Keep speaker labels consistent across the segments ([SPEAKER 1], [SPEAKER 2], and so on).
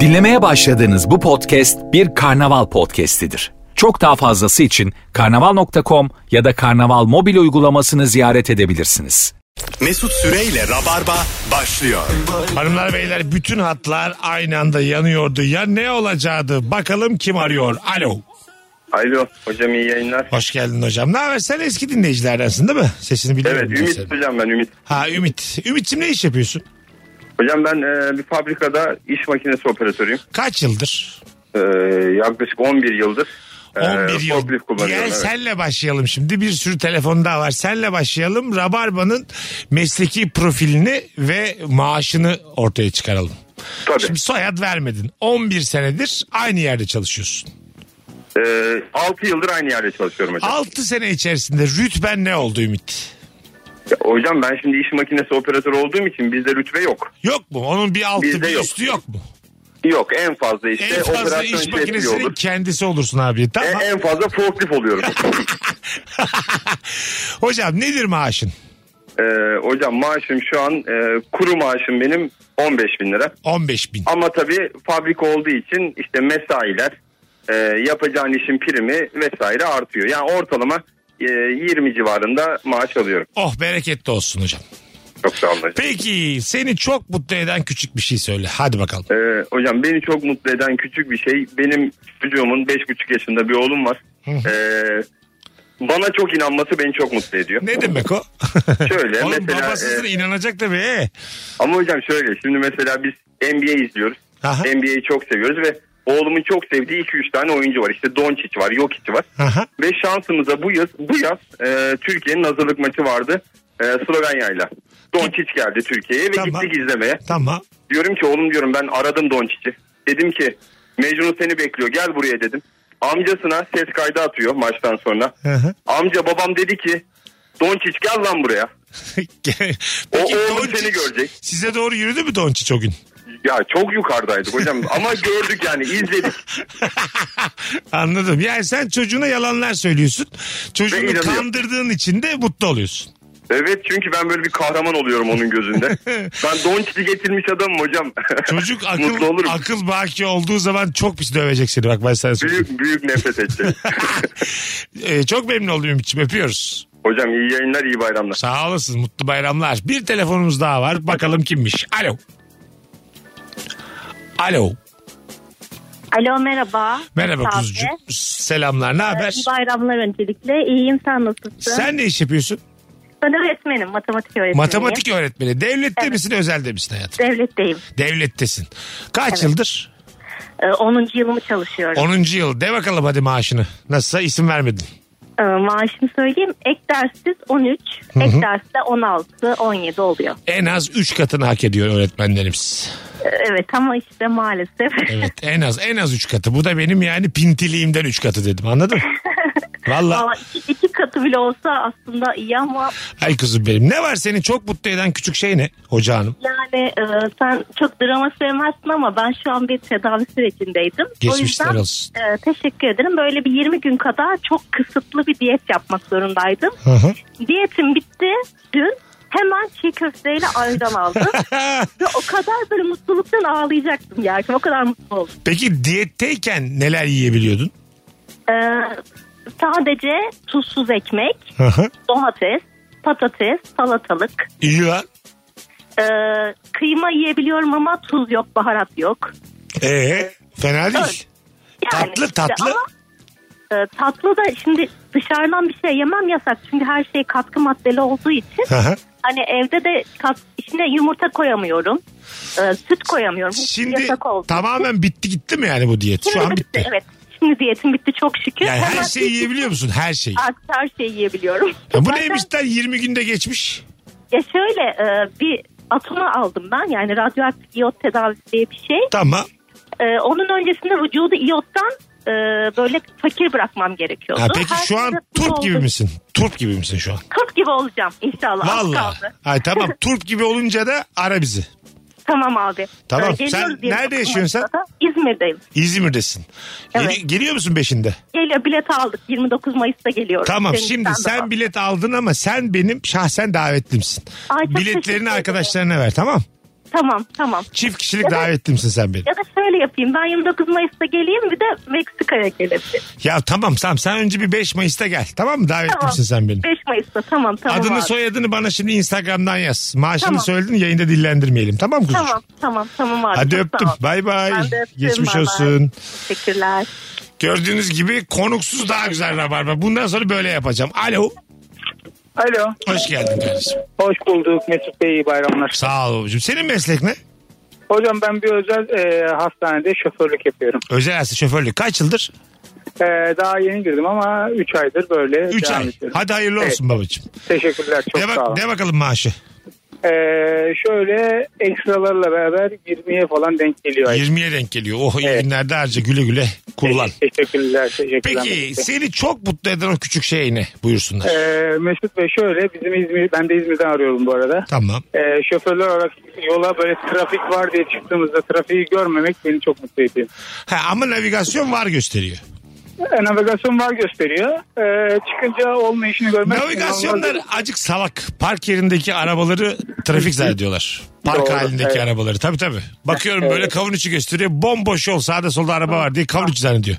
[SPEAKER 1] Dinlemeye başladığınız bu podcast bir karnaval podcastidir. Çok daha fazlası için karnaval.com ya da karnaval mobil uygulamasını ziyaret edebilirsiniz.
[SPEAKER 2] Mesut Süreyle Rabarba başlıyor.
[SPEAKER 3] Hanımlar beyler bütün hatlar aynı anda yanıyordu. Ya ne olacaktı? Bakalım kim arıyor? Alo.
[SPEAKER 4] Alo hocam iyi yayınlar.
[SPEAKER 3] Hoş geldin hocam. Ne haber? Sen eski dinleyicilerdensin değil mi? Sesini biliyorum.
[SPEAKER 4] Evet
[SPEAKER 3] ben
[SPEAKER 4] Ümit
[SPEAKER 3] senin.
[SPEAKER 4] hocam ben Ümit.
[SPEAKER 3] Ha Ümit. Ümit'cim ne iş yapıyorsun?
[SPEAKER 4] Hocam ben e, bir fabrikada iş makinesi operatörüyüm.
[SPEAKER 3] Kaç yıldır?
[SPEAKER 4] E, yaklaşık 11 yıldır. e,
[SPEAKER 3] 11 yıl.
[SPEAKER 4] forklift
[SPEAKER 3] Gel
[SPEAKER 4] kullanıyorum. evet.
[SPEAKER 3] senle başlayalım şimdi. Bir sürü telefon daha var. Senle başlayalım. Rabarba'nın mesleki profilini ve maaşını ortaya çıkaralım.
[SPEAKER 4] Tabii.
[SPEAKER 3] Şimdi soyad vermedin. 11 senedir aynı yerde çalışıyorsun.
[SPEAKER 4] E, 6 yıldır aynı yerde çalışıyorum hocam.
[SPEAKER 3] 6 sene içerisinde rütben ne oldu Ümit?
[SPEAKER 4] Ya, hocam ben şimdi iş makinesi operatörü olduğum için bizde rütbe yok.
[SPEAKER 3] Yok mu? Onun bir altı
[SPEAKER 4] Bizde
[SPEAKER 3] bir
[SPEAKER 4] yok.
[SPEAKER 3] üstü yok mu?
[SPEAKER 4] Yok en fazla işte
[SPEAKER 3] en fazla
[SPEAKER 4] operasyon
[SPEAKER 3] iş
[SPEAKER 4] şefi
[SPEAKER 3] makinesinin
[SPEAKER 4] olur.
[SPEAKER 3] kendisi olursun abi.
[SPEAKER 4] şey E,
[SPEAKER 3] Tamam.
[SPEAKER 4] en fazla forklift oluyorum.
[SPEAKER 3] Hocam nedir maaşın?
[SPEAKER 4] E, hocam maaşım şu an e, kuru maaşım benim 15 bin lira.
[SPEAKER 3] 15 bin.
[SPEAKER 4] Ama tabii fabrika olduğu için işte mesailer, e, yapacağın işin primi vesaire artıyor. Yani ortalama e, 20 civarında maaş alıyorum.
[SPEAKER 3] Oh bereketli olsun hocam.
[SPEAKER 4] Çok sağ olun hocam.
[SPEAKER 3] Peki seni çok mutlu eden küçük bir şey söyle. Hadi bakalım.
[SPEAKER 4] E, hocam beni çok mutlu eden küçük bir şey benim çocuğumun 5,5 yaşında bir oğlum var. E, bana çok inanması beni çok mutlu ediyor.
[SPEAKER 3] Ne demek o?
[SPEAKER 4] Şöyle
[SPEAKER 3] Oğlum
[SPEAKER 4] mesela
[SPEAKER 3] babasız da
[SPEAKER 4] e,
[SPEAKER 3] inanacak tabii. e.
[SPEAKER 4] ama hocam şöyle şimdi mesela biz NBA izliyoruz.
[SPEAKER 3] Aha.
[SPEAKER 4] NBA'yi çok seviyoruz ve oğlumun çok sevdiği 2-3 tane oyuncu var. İşte Doncic var, Jokic var.
[SPEAKER 3] Aha.
[SPEAKER 4] Ve şansımıza bu yaz bu yaz e, Türkiye'nin hazırlık maçı vardı e, Slovenya'yla. Doncic geldi Türkiye'ye ve
[SPEAKER 3] Tamam.
[SPEAKER 4] gittik izlemeye.
[SPEAKER 3] Tamam.
[SPEAKER 4] Diyorum ki oğlum diyorum ben aradım Doncic'i. Dedim ki Mecnun seni bekliyor gel buraya dedim. Amcasına ses kaydı atıyor maçtan sonra.
[SPEAKER 3] Hı hı.
[SPEAKER 4] Amca babam dedi ki Doncic gel lan buraya.
[SPEAKER 3] Peki,
[SPEAKER 4] O oğlum
[SPEAKER 3] Doncic
[SPEAKER 4] seni görecek.
[SPEAKER 3] Size doğru yürüdü mü Doncic o gün?
[SPEAKER 4] Ya çok yukarıdaydık hocam ama gördük yani izledik.
[SPEAKER 3] Anladım. Yani sen çocuğuna yalanlar söylüyorsun.
[SPEAKER 4] Ve
[SPEAKER 3] Çocuğunu
[SPEAKER 4] inanıyor.
[SPEAKER 3] kandırdığın için de mutlu oluyorsun.
[SPEAKER 4] Evet çünkü ben böyle bir kahraman oluyorum onun gözünde. ben Doncic'i getirmiş adamım hocam.
[SPEAKER 3] Çocuk
[SPEAKER 4] Mutlu
[SPEAKER 3] akıl
[SPEAKER 4] olurum.
[SPEAKER 3] akıl baki olduğu zaman çok pis dövecek seni. Bak ben sana söyleyeyim.
[SPEAKER 4] Büyük büyük nefret edecek.
[SPEAKER 3] Ee, çok memnun oldum Ümit'ciğim. Öpüyoruz.
[SPEAKER 4] Hocam iyi yayınlar iyi bayramlar.
[SPEAKER 3] Sağ olasın. Mutlu bayramlar. Bir telefonumuz daha var. Bakalım kimmiş. Alo. Alo.
[SPEAKER 5] Alo merhaba.
[SPEAKER 3] Merhaba
[SPEAKER 5] Sami.
[SPEAKER 3] kuzucuğum. Selamlar. Ne haber?
[SPEAKER 5] İyi bayramlar öncelikle. İyiyim sen nasılsın?
[SPEAKER 3] Sen ne iş yapıyorsun?
[SPEAKER 5] Ben öğretmenim, matematik öğretmeniyim.
[SPEAKER 3] Matematik öğretmeni. Devlette misin, özelde misin hayatım?
[SPEAKER 5] Devletteyim.
[SPEAKER 3] Devlettesin. Kaç yıldır?
[SPEAKER 5] Ee, 10. yılımı çalışıyorum.
[SPEAKER 3] 10. yıl. De bakalım hadi maaşını. Nasılsa isim vermedin.
[SPEAKER 5] Ee, maaşımı söyleyeyim. Ek derssiz 13, ek dersle 16, 17 oluyor.
[SPEAKER 3] En az 3 katını hak ediyor öğretmenlerimiz.
[SPEAKER 5] Ee, evet ama işte maalesef.
[SPEAKER 3] Evet en az en az 3 katı. Bu da benim yani pintiliğimden 3 katı dedim anladın mı? Valla
[SPEAKER 5] Valla iki, iki katı bile olsa aslında iyi ama
[SPEAKER 3] ay kızım benim. Ne var seni çok mutlu eden küçük şey ne hoca hanım?
[SPEAKER 5] yani e, sen çok drama sevmezsin ama ben şu an bir tedavi sürecindeydim. o
[SPEAKER 3] Geçmişler
[SPEAKER 5] yüzden
[SPEAKER 3] olsun.
[SPEAKER 5] e, teşekkür ederim. Böyle bir 20 gün kadar çok kısıtlı bir diyet yapmak zorundaydım.
[SPEAKER 3] Hı hı.
[SPEAKER 5] Diyetim bitti dün. Hemen çiğ köfteyle ayran aldım. Ve o kadar böyle mutluluktan ağlayacaktım yani. O kadar mutlu oldum.
[SPEAKER 3] Peki diyetteyken neler yiyebiliyordun?
[SPEAKER 5] Ee, sadece tuzsuz ekmek,
[SPEAKER 3] Hı hı.
[SPEAKER 5] domates, patates, salatalık.
[SPEAKER 3] İyi lan.
[SPEAKER 5] Ee, kıyma yiyebiliyorum ama tuz yok, baharat yok.
[SPEAKER 3] Ee, fena değil.
[SPEAKER 5] Evet. Yani
[SPEAKER 3] Tatlı, tatlı.
[SPEAKER 5] ama, e, tatlı da şimdi dışarıdan bir şey yemem yasak. Çünkü her şey katkı maddeli olduğu için.
[SPEAKER 3] Hı hı.
[SPEAKER 5] Hani evde de kat, içine yumurta koyamıyorum. Ee, süt koyamıyorum. Hepsi
[SPEAKER 3] Şimdi
[SPEAKER 5] yasak oldu.
[SPEAKER 3] tamamen bitti gitti mi yani bu diyet? Şu
[SPEAKER 5] Şimdi
[SPEAKER 3] an bitti.
[SPEAKER 5] Evet. Şimdi diyetim bitti çok şükür.
[SPEAKER 3] Yani her
[SPEAKER 5] Hemen
[SPEAKER 3] şeyi yiyebiliyor musun? Her şey. şeyi.
[SPEAKER 5] artık her şeyi yiyebiliyorum.
[SPEAKER 3] Ya bu
[SPEAKER 5] Zaten-
[SPEAKER 3] neymiş lan 20 günde geçmiş?
[SPEAKER 5] Ya şöyle e, bir atomu aldım ben. Yani radyoaktif iot tedavisi diye bir şey.
[SPEAKER 3] Tamam.
[SPEAKER 5] E, onun öncesinde vücudu iottan e, böyle fakir bırakmam gerekiyordu.
[SPEAKER 3] Ha, peki
[SPEAKER 5] Her
[SPEAKER 3] şu an
[SPEAKER 5] şeyde tuz
[SPEAKER 3] turp
[SPEAKER 5] oldu.
[SPEAKER 3] gibi misin? Turp gibi misin şu an?
[SPEAKER 5] Turp gibi olacağım inşallah. Az
[SPEAKER 3] Valla.
[SPEAKER 5] kaldı.
[SPEAKER 3] Ay tamam turp gibi olunca da ara bizi.
[SPEAKER 5] Tamam abi.
[SPEAKER 3] Tamam.
[SPEAKER 5] Ee, geliyoruz
[SPEAKER 3] Sen
[SPEAKER 5] diye
[SPEAKER 3] nerede
[SPEAKER 5] bakın
[SPEAKER 3] yaşıyorsun sen?
[SPEAKER 5] Mayıs'ta. İzmir'deyim.
[SPEAKER 3] İzmir'desin. Geli-
[SPEAKER 5] Evet.
[SPEAKER 3] geliyor musun beşinde?
[SPEAKER 5] Geliyor bilet aldık. 29 Mayıs'ta geliyoruz.
[SPEAKER 3] Tamam
[SPEAKER 5] Denizden
[SPEAKER 3] şimdi
[SPEAKER 5] de
[SPEAKER 3] sen
[SPEAKER 5] var.
[SPEAKER 3] bilet aldın ama sen benim şahsen davetlimsin.
[SPEAKER 5] Ay, çok teşekkür
[SPEAKER 3] Biletlerini
[SPEAKER 5] ederim.
[SPEAKER 3] arkadaşlarına ver tamam.
[SPEAKER 5] Tamam tamam.
[SPEAKER 3] Çift kişilik davetlimsin sen benim.
[SPEAKER 5] Ya da şöyle yapayım. Ben 29 Mayıs'ta geleyim bir de Meksika'ya gelebilirim.
[SPEAKER 3] Ya tamam tamam sen önce bir 5 Mayıs'ta gel. Tamam mı? Davetlimsin
[SPEAKER 5] Tamam.
[SPEAKER 3] sen benim.
[SPEAKER 5] 5 Mayıs'ta tamam tamam
[SPEAKER 3] Adını
[SPEAKER 5] abi.
[SPEAKER 3] soyadını bana şimdi Instagram'dan yaz. Maaşını
[SPEAKER 5] Tamam.
[SPEAKER 3] söyledin yayında dillendirmeyelim. Tamam mı kuzucuğum?
[SPEAKER 5] Tamam tamam tamam abi.
[SPEAKER 3] Hadi
[SPEAKER 5] Çok
[SPEAKER 3] öptüm.
[SPEAKER 5] sağ ol.
[SPEAKER 3] Bay
[SPEAKER 5] Ben
[SPEAKER 3] bay.
[SPEAKER 5] de öptüm,
[SPEAKER 3] Geçmiş
[SPEAKER 5] bay bay.
[SPEAKER 3] olsun.
[SPEAKER 5] Teşekkürler.
[SPEAKER 3] Gördüğünüz gibi konuksuz daha güzel rabarba. Bundan sonra böyle yapacağım. Alo.
[SPEAKER 6] Alo.
[SPEAKER 3] Hoş geldin kardeşim.
[SPEAKER 6] Hoş bulduk Mesut Bey iyi bayramlar.
[SPEAKER 3] Sağ ol babacığım. Senin meslek ne?
[SPEAKER 6] Hocam ben bir özel e, hastanede şoförlük yapıyorum.
[SPEAKER 3] Özel hasta şoförlük. Kaç yıldır?
[SPEAKER 6] E, daha yeni girdim ama 3 aydır böyle
[SPEAKER 3] 3
[SPEAKER 6] devam
[SPEAKER 3] ay.
[SPEAKER 6] ediyorum.
[SPEAKER 3] Hadi hayırlı
[SPEAKER 6] Evet.
[SPEAKER 3] olsun babacığım.
[SPEAKER 6] Teşekkürler çok
[SPEAKER 3] De,
[SPEAKER 6] sağ
[SPEAKER 3] bak,
[SPEAKER 6] olun.
[SPEAKER 3] de bakalım maaşı.
[SPEAKER 6] E, şöyle ekstralarla beraber 20'ye falan denk geliyor. ay.
[SPEAKER 3] 20'ye denk geliyor. Oh iyi
[SPEAKER 6] Evet.
[SPEAKER 3] günlerde harca güle güle kullan.
[SPEAKER 6] Teşekkürler. teşekkürler.
[SPEAKER 3] Peki
[SPEAKER 6] Mesut Bey.
[SPEAKER 3] seni çok mutlu eden o küçük şey ne? Buyursunlar.
[SPEAKER 6] E, Mesut Bey şöyle bizim İzmir, ben de İzmir'den arıyorum bu arada.
[SPEAKER 3] Tamam.
[SPEAKER 6] E, şoförler olarak yola böyle trafik var diye çıktığımızda trafiği görmemek beni çok mutlu ediyor.
[SPEAKER 3] Ha, ama navigasyon var gösteriyor.
[SPEAKER 6] E, navigasyon var gösteriyor. E, çıkınca olmayışını görmek...
[SPEAKER 3] Navigasyonlar acık salak. Park yerindeki arabaları trafik zannediyorlar. Park
[SPEAKER 6] Doğru,
[SPEAKER 3] halindeki
[SPEAKER 6] evet.
[SPEAKER 3] arabaları. Tabii tabii. Bakıyorum
[SPEAKER 6] Evet.
[SPEAKER 3] böyle kavun içi gösteriyor. Bomboş yol sağda solda araba var diye kavun içi zannediyor.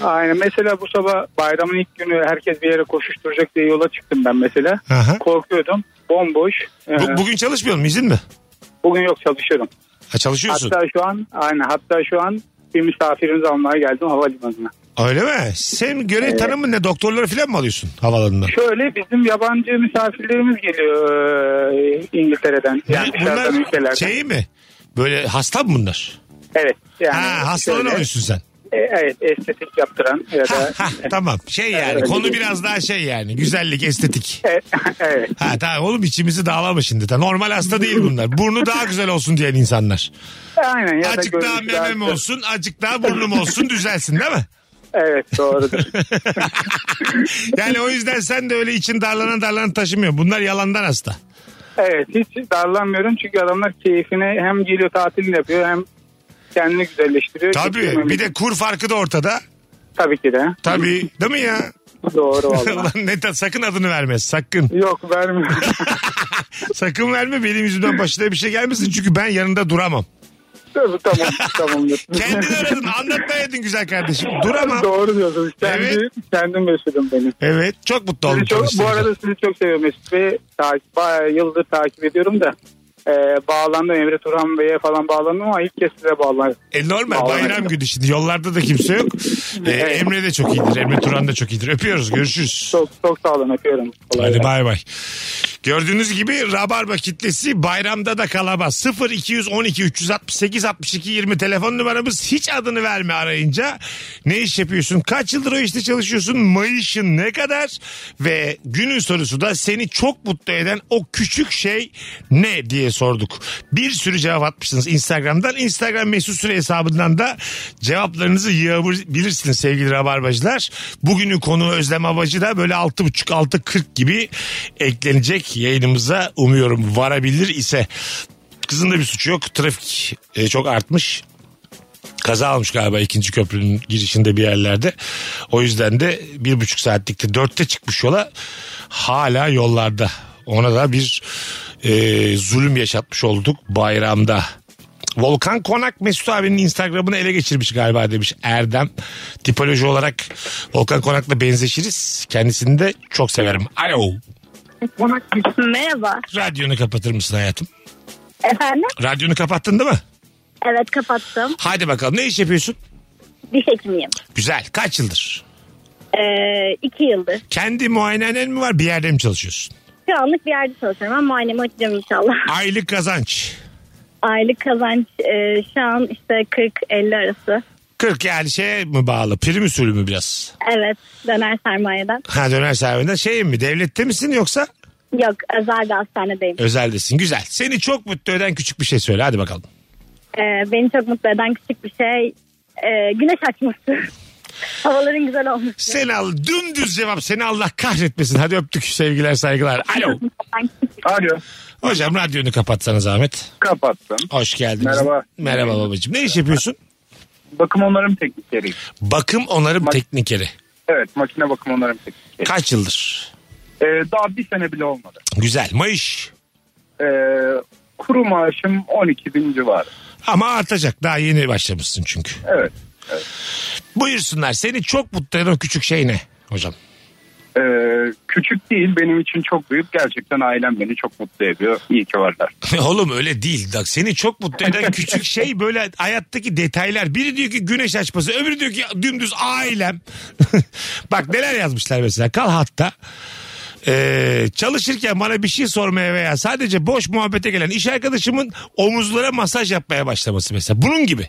[SPEAKER 6] Aynen mesela bu sabah bayramın ilk günü herkes bir yere koşuşturacak diye yola çıktım ben mesela.
[SPEAKER 3] Aha.
[SPEAKER 6] Korkuyordum. Bomboş. Ee,
[SPEAKER 3] Bu- bugün çalışmıyor mu? izin mi?
[SPEAKER 6] bugün yok çalışıyorum.
[SPEAKER 3] Ha, çalışıyorsun.
[SPEAKER 6] Hatta şu an aynen hatta şu an bir misafirimizi almaya geldim havalimanına.
[SPEAKER 3] Öyle mi? Senin görev tanımın ne? Doktorları falan mı alıyorsun havalarından?
[SPEAKER 6] Şöyle bizim yabancı misafirlerimiz geliyor ee, İngiltere'den. Yani dışarıdan
[SPEAKER 3] bunlar
[SPEAKER 6] ülkelerden.
[SPEAKER 3] şey mi? Böyle hasta mı bunlar?
[SPEAKER 6] Evet. Yani
[SPEAKER 3] ha hastaları
[SPEAKER 6] şöyle,
[SPEAKER 3] alıyorsun sen.
[SPEAKER 6] e, evet estetik yaptıran ya
[SPEAKER 3] Ha,
[SPEAKER 6] da
[SPEAKER 3] ha, tamam. Şey yani
[SPEAKER 6] Evet.
[SPEAKER 3] konu biraz daha şey yani. Güzellik, estetik.
[SPEAKER 6] E, evet.
[SPEAKER 3] Ha tamam oğlum içimizi dağlama şimdi. Ta Normal hasta değil bunlar. Burnu daha güzel olsun diyen insanlar.
[SPEAKER 6] Aynen ya da
[SPEAKER 3] Acık daha
[SPEAKER 6] görünüşü
[SPEAKER 3] memem
[SPEAKER 6] daha-
[SPEAKER 3] olsun, acık daha burnum olsun düzelsin değil mi?
[SPEAKER 6] Evet doğrudur.
[SPEAKER 3] Yani o yüzden sen de öyle için darlanan darlanan taşımıyor. Bunlar yalandan hasta.
[SPEAKER 6] Evet hiç darlanmıyorum çünkü adamlar keyfine hem geliyor tatil yapıyor hem kendini güzelleştiriyor.
[SPEAKER 3] Tabii.
[SPEAKER 6] Hiç-
[SPEAKER 3] Bir de kur farkı da ortada.
[SPEAKER 6] Tabii ki de.
[SPEAKER 3] Tabii. Değil mi ya?
[SPEAKER 6] Doğru valla.
[SPEAKER 3] Ulan ne ta- sakın adını verme. Sakın.
[SPEAKER 6] Yok vermiyorum.
[SPEAKER 3] Sakın verme benim yüzümden başına bir şey gelmesin. Çünkü ben yanında duramam.
[SPEAKER 6] Tabii, tamam tamamdır.
[SPEAKER 3] Kendin aradın. Anlatmayaydın güzel kardeşim. Duramam.
[SPEAKER 6] Doğru diyorsunuz. Kendi,
[SPEAKER 3] Evet.
[SPEAKER 6] Kendim mesulüm benim.
[SPEAKER 3] Evet. Çok mutlu oldum.
[SPEAKER 6] Sizi çok, bu
[SPEAKER 3] tanıştığımıza.
[SPEAKER 6] arada sizi çok seviyorum Mesut Bey. Takip, bayağı yıldır takip ediyorum da. E, bağlandım Emre Turan Bey'e falan bağlandım ama ilk kez size bağlandım.
[SPEAKER 3] E normal
[SPEAKER 6] Vallahi.
[SPEAKER 3] bayram günü şimdi yollarda da kimse yok. E,
[SPEAKER 6] Evet.
[SPEAKER 3] Emre de çok iyidir. Emre Turan da çok iyidir. Öpüyoruz görüşürüz.
[SPEAKER 6] Çok çok sağ olun öpüyorum. Kolay
[SPEAKER 3] Hadi
[SPEAKER 6] gelsin.
[SPEAKER 3] bay bay. Gördüğünüz gibi Rabarba kitlesi bayramda da kalabaz. 0 212 368 62 20 telefon numaramız. Hiç adını verme arayınca. Ne iş yapıyorsun? Kaç yıldır o işte çalışıyorsun? Mayışın ne kadar? Ve günün sorusu da seni çok mutlu eden o küçük şey ne diye sorduk. Bir sürü cevap atmışsınız Instagram'dan. Instagram mesut süre hesabından da cevaplarınızı yığabilirsiniz sevgili Rabarbacılar. Bugünün konuğu Özlem Abacı da böyle 6.30-6.40 gibi eklenecek yayınımıza umuyorum varabilir ise. Kızın da bir suçu yok. Trafik e, çok artmış. Kaza olmuş galiba ikinci köprünün girişinde bir yerlerde. O yüzden de bir buçuk saatlikte dörtte çıkmış yola hala yollarda. Ona da bir e, zulüm yaşatmış olduk bayramda. Volkan Konak Mesut abinin Instagram'ını ele geçirmiş galiba demiş Erdem. Tipoloji olarak Volkan Konak'la benzeşiriz. Kendisini de çok severim. Alo.
[SPEAKER 7] Merhaba.
[SPEAKER 3] Radyonu kapatır mısın hayatım?
[SPEAKER 7] Efendim?
[SPEAKER 3] Radyonu kapattın değil mi?
[SPEAKER 7] Evet kapattım.
[SPEAKER 3] Hadi bakalım ne iş yapıyorsun?
[SPEAKER 7] Diş hekimiyim.
[SPEAKER 3] Güzel. Kaç yıldır?
[SPEAKER 7] Ee, iki yıldır.
[SPEAKER 3] Kendi muayenenen mi var bir yerde mi çalışıyorsun?
[SPEAKER 7] Şu anlık bir yerde çalışıyorum ama muayenemi açacağım inşallah.
[SPEAKER 3] Aylık kazanç.
[SPEAKER 7] Aylık kazanç e, şu an işte 40-50 arası.
[SPEAKER 3] 40 yani şey mi bağlı prim usulü mü biraz?
[SPEAKER 7] Evet döner sermayeden.
[SPEAKER 3] Ha döner sahibinden şey mi devlette misin yoksa
[SPEAKER 7] Yok özel bir hastanedeyim.
[SPEAKER 3] özeldesin güzel. Seni çok mutlu eden küçük bir şey söyle hadi bakalım.
[SPEAKER 7] Ee, beni çok mutlu eden küçük bir şey e, güneş açması. Havaların güzel olması.
[SPEAKER 3] Seni al dümdüz cevap seni Allah kahretmesin hadi öptük sevgiler saygılar. Alo
[SPEAKER 7] Ben küçük-
[SPEAKER 6] Alo.
[SPEAKER 3] hocam radyonu kapatsana zahmet.
[SPEAKER 6] Kapattım.
[SPEAKER 3] Hoş geldiniz.
[SPEAKER 6] Merhaba.
[SPEAKER 3] Merhaba babacığım ne iş yapıyorsun?
[SPEAKER 6] Bakım onarım teknikleri.
[SPEAKER 3] Bakım onarım teknikeri.
[SPEAKER 6] Evet makine bakım onarım teknikleri.
[SPEAKER 3] Kaç yıldır?
[SPEAKER 6] Ee, daha bir sene bile olmadı.
[SPEAKER 3] Güzel. Mayış.
[SPEAKER 6] Ee, Kuru maaşım 12 bin civarı.
[SPEAKER 3] Ama artacak. Daha yeni başlamışsın çünkü.
[SPEAKER 6] Evet.
[SPEAKER 3] Buyursunlar. Seni çok mutlu eden o küçük şey ne hocam?
[SPEAKER 6] Ee, küçük değil benim için çok büyük. Gerçekten ailem beni çok mutlu ediyor. İyi ki varlar.
[SPEAKER 3] Oğlum öyle değil. Bak seni çok mutlu eden küçük şey böyle hayattaki detaylar. Biri diyor ki güneş açması, öbürü diyor ki dümdüz ailem. Bak neler yazmışlar mesela. Kal hatta. Ee, çalışırken bana bir şey sormaya veya sadece boş muhabbete gelen iş arkadaşımın omuzlara masaj yapmaya başlaması mesela. Bunun gibi.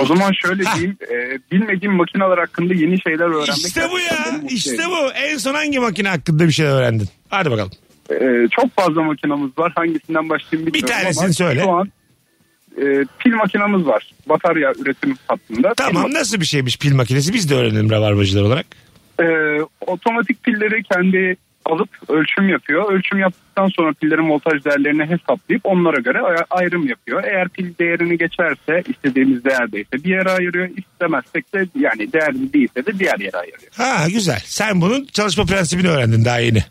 [SPEAKER 6] O zaman şöyle
[SPEAKER 3] Ha.
[SPEAKER 6] diyeyim. e, bilmediğim makineler hakkında yeni şeyler öğrenmek.
[SPEAKER 3] İşte bu
[SPEAKER 6] gerçekten beni
[SPEAKER 3] ya.
[SPEAKER 6] mutlu
[SPEAKER 3] İşte
[SPEAKER 6] ediyor.
[SPEAKER 3] bu. En son hangi makine hakkında bir şey öğrendin? Hadi bakalım.
[SPEAKER 6] Ee, çok fazla makinamız var. Hangisinden başlayayım bilmiyorum
[SPEAKER 3] tanesini
[SPEAKER 6] ama
[SPEAKER 3] söyle.
[SPEAKER 6] Şu an e, pil makinamız var. Batarya üretim hattında. Pil
[SPEAKER 3] Tamam nasıl bir şeymiş pil makinesi? Biz de öğrenelim rabarbacılar olarak.
[SPEAKER 6] e, otomatik pilleri kendi alıp ölçüm yapıyor. Ölçüm yaptıktan sonra pillerin voltaj değerlerini hesaplayıp onlara göre ay- ayrım yapıyor. Eğer pil değerini geçerse istediğimiz değerdeyse bir yere ayırıyor. İstemezsek de yani değerli değilse de diğer yere ayırıyor.
[SPEAKER 3] Ha güzel. Sen bunun çalışma prensibini öğrendin daha yeni.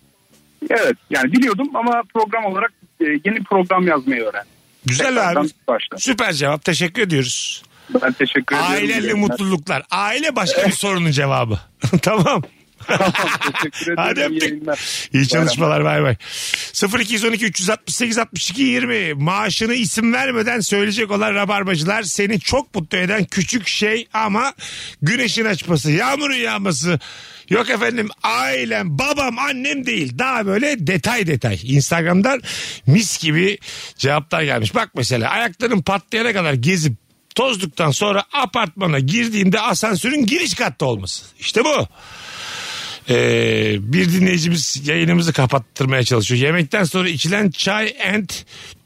[SPEAKER 6] Evet yani biliyordum ama program olarak e, yeni program yazmayı öğrendim.
[SPEAKER 3] Güzel
[SPEAKER 6] Tekrardan
[SPEAKER 3] abi.
[SPEAKER 6] başla.
[SPEAKER 3] Süper cevap. Teşekkür ediyoruz.
[SPEAKER 6] Ben teşekkür ediyorum.
[SPEAKER 3] Aileyle
[SPEAKER 6] Yayınlar.
[SPEAKER 3] mutluluklar. Aile başka bir sorunun cevabı. tamam.
[SPEAKER 6] Tamam, teşekkür ederim.
[SPEAKER 3] Hadi
[SPEAKER 6] İyi
[SPEAKER 3] öptük.
[SPEAKER 6] yayınlar.
[SPEAKER 3] İyi çalışmalar bay bay. 0212 368 62 20 maaşını isim vermeden söyleyecek olan rabarbacılar seni çok mutlu eden küçük şey ama güneşin açması, yağmurun yağması yok efendim ailem, babam, annem değil. Daha böyle detay detay. Instagram'dan mis gibi cevaplar gelmiş. Bak mesela ayakların patlayana kadar gezip tozduktan sonra apartmana girdiğimde asansörün giriş katta olması. İşte bu. Ee, bir dinleyicimiz yayınımızı kapattırmaya çalışıyor. Yemekten sonra içilen çay and